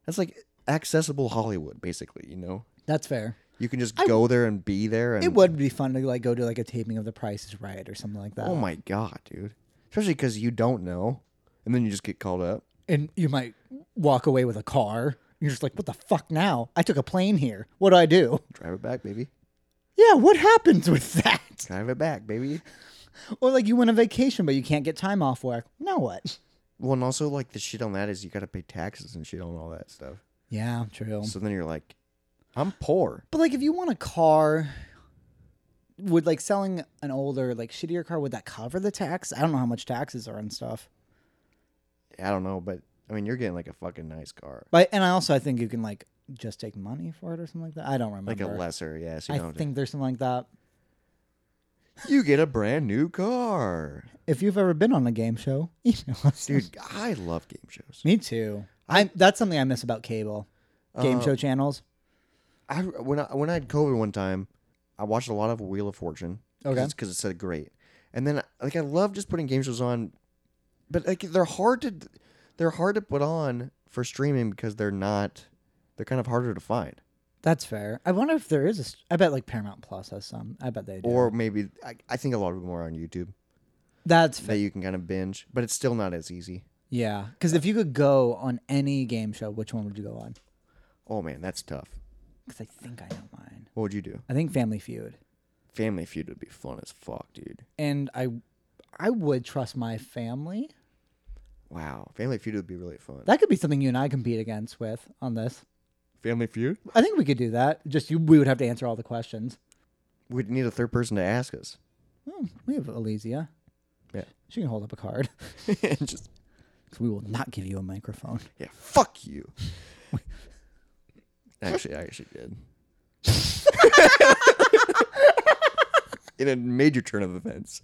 B: that's like accessible Hollywood, basically. You know,
A: that's fair.
B: you can just go there and be there. And
A: It would be fun to like go to like a taping of The Price is Right or something like that.
B: Oh my god, dude! Especially because you don't know, and then you just get called up.
A: and you might walk away with a car. You're just like, what the fuck now? I took a plane here. What do I do?
B: Drive it back, baby.
A: Yeah, what happens with that?
B: Drive it back, baby.
A: Or like you went on vacation, but you can't get time off work. Now what?
B: Well, and also like the shit on that is you gotta pay taxes and shit on all that stuff.
A: Yeah, true.
B: So then you're like, I'm poor.
A: But like if you want a car, would like selling an older, like shittier car, would that cover the tax? I don't know how much taxes are and stuff.
B: I don't know, but I mean, you're getting like a fucking nice car,
A: But and I also I think you can like just take money for it or something like that. I don't remember.
B: like a lesser. Yes, you
A: I
B: know.
A: think there's something like that.
B: you get a brand new car,
A: If you've ever been on a game show, email us.
B: dude. I love game shows.
A: Me too. I that's something I miss about cable game
B: Oh.
A: show channels.
B: I when I when I had COVID one time, I watched a lot of Wheel of Fortune.
A: Okay.
B: because it said great, and then like I love just putting game shows on, but like they're hard to they're hard to put on for streaming because they're not they're kind of harder to find.
A: That's fair. I wonder if there is a. st- I bet like Paramount Plus has some. I bet they do.
B: Or maybe I, I think a lot of them are on YouTube
A: that's fair.
B: that you can kind of binge, but it's still not as easy.
A: Yeah, because if you could go on any game show, which one would you go on?
B: Oh man, that's tough.
A: Because I think I know mine.
B: What would you do?
A: I think Family Feud,
B: Family Feud would be fun as fuck, dude.
A: and I, I would trust my family.
B: Wow, Family Feud would be really fun.
A: That could be something you and I compete against with on this.
B: Family Feud?
A: I think we could do that. Just you, we would have to answer all the questions.
B: We'd need a third person to ask us.
A: Hmm, we have Elysia.
B: Yeah.
A: She can hold up a card.
B: just
A: 'Cause we will not give you a microphone.
B: yeah, fuck you. actually, I actually did. In a major turn of events.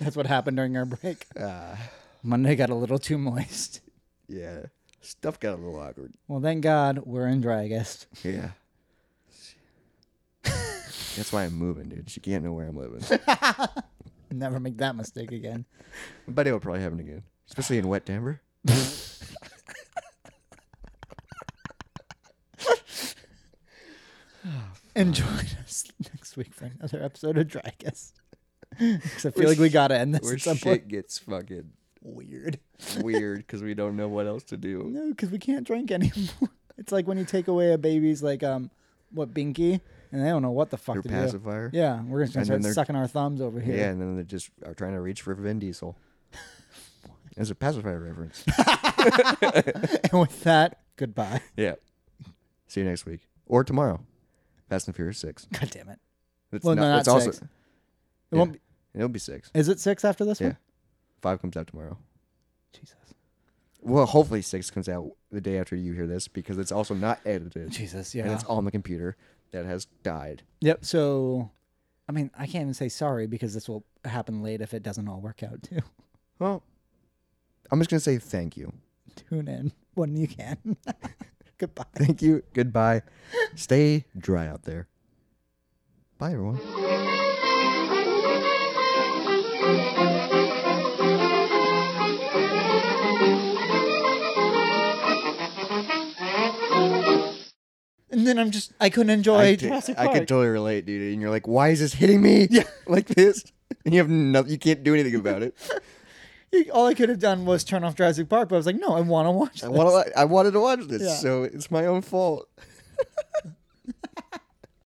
A: That's what happened during our break.
B: Uh,
A: Monday got a little too moist.
B: yeah, stuff got a little awkward.
A: Well, thank God we're in Dragist.
B: Yeah. That's why I'm moving, dude. She can't know where I'm living.
A: Never make that mistake again.
B: But it'll probably happen again, especially in wet Denver.
A: And join us next week for another episode of Dragist. Because I feel like we gotta end this
B: Where
A: at some point.
B: shit gets fucking
A: Weird.
B: weird because we don't know what else to do.
A: No, because we can't drink anymore. It's like when you take away a baby's like um, what binky, and they don't know what the fuck
B: Your
A: to
B: pacifier.
A: do. Yeah, we're just gonna
B: And then
A: start
B: they're-
A: sucking our thumbs over here.
B: Yeah, and then they just are trying to reach for Vin Diesel. As a pacifier reference.
A: And with that, goodbye.
B: yeah. See you next week or tomorrow. Fast and Furious Six.
A: God damn it.
B: That's
A: Well, no, not
B: that's
A: six.
B: Also,
A: It won't.
B: Yeah. it'll be six.
A: Be, is it six after this one?
B: Five comes out tomorrow.
A: Jesus.
B: Well, hopefully six comes out the day after you hear this because it's also not edited
A: Jesus.
B: and
A: Yeah.
B: it's on the computer. that has died.
A: Yep. So, I mean, I can't even say sorry because this will happen late if it doesn't all work out, too.
B: Well, I'm just gonna say thank you.
A: Tune in when you can. Goodbye.
B: Thank you. Goodbye. Stay dry out there. Bye, everyone.
A: And then I'm just, I couldn't enjoy
B: I,
A: Jurassic
B: I
A: Park.
B: could totally relate, dude. And you're like, why is this hitting me? Yeah. like this. And you have nothing. You can't do anything about it.
A: all I could have done was turn off Jurassic Park, but I was like, no, I want to watch
B: I
A: that.
B: want to. I wanted to watch this,
A: Yeah.
B: so it's my own fault.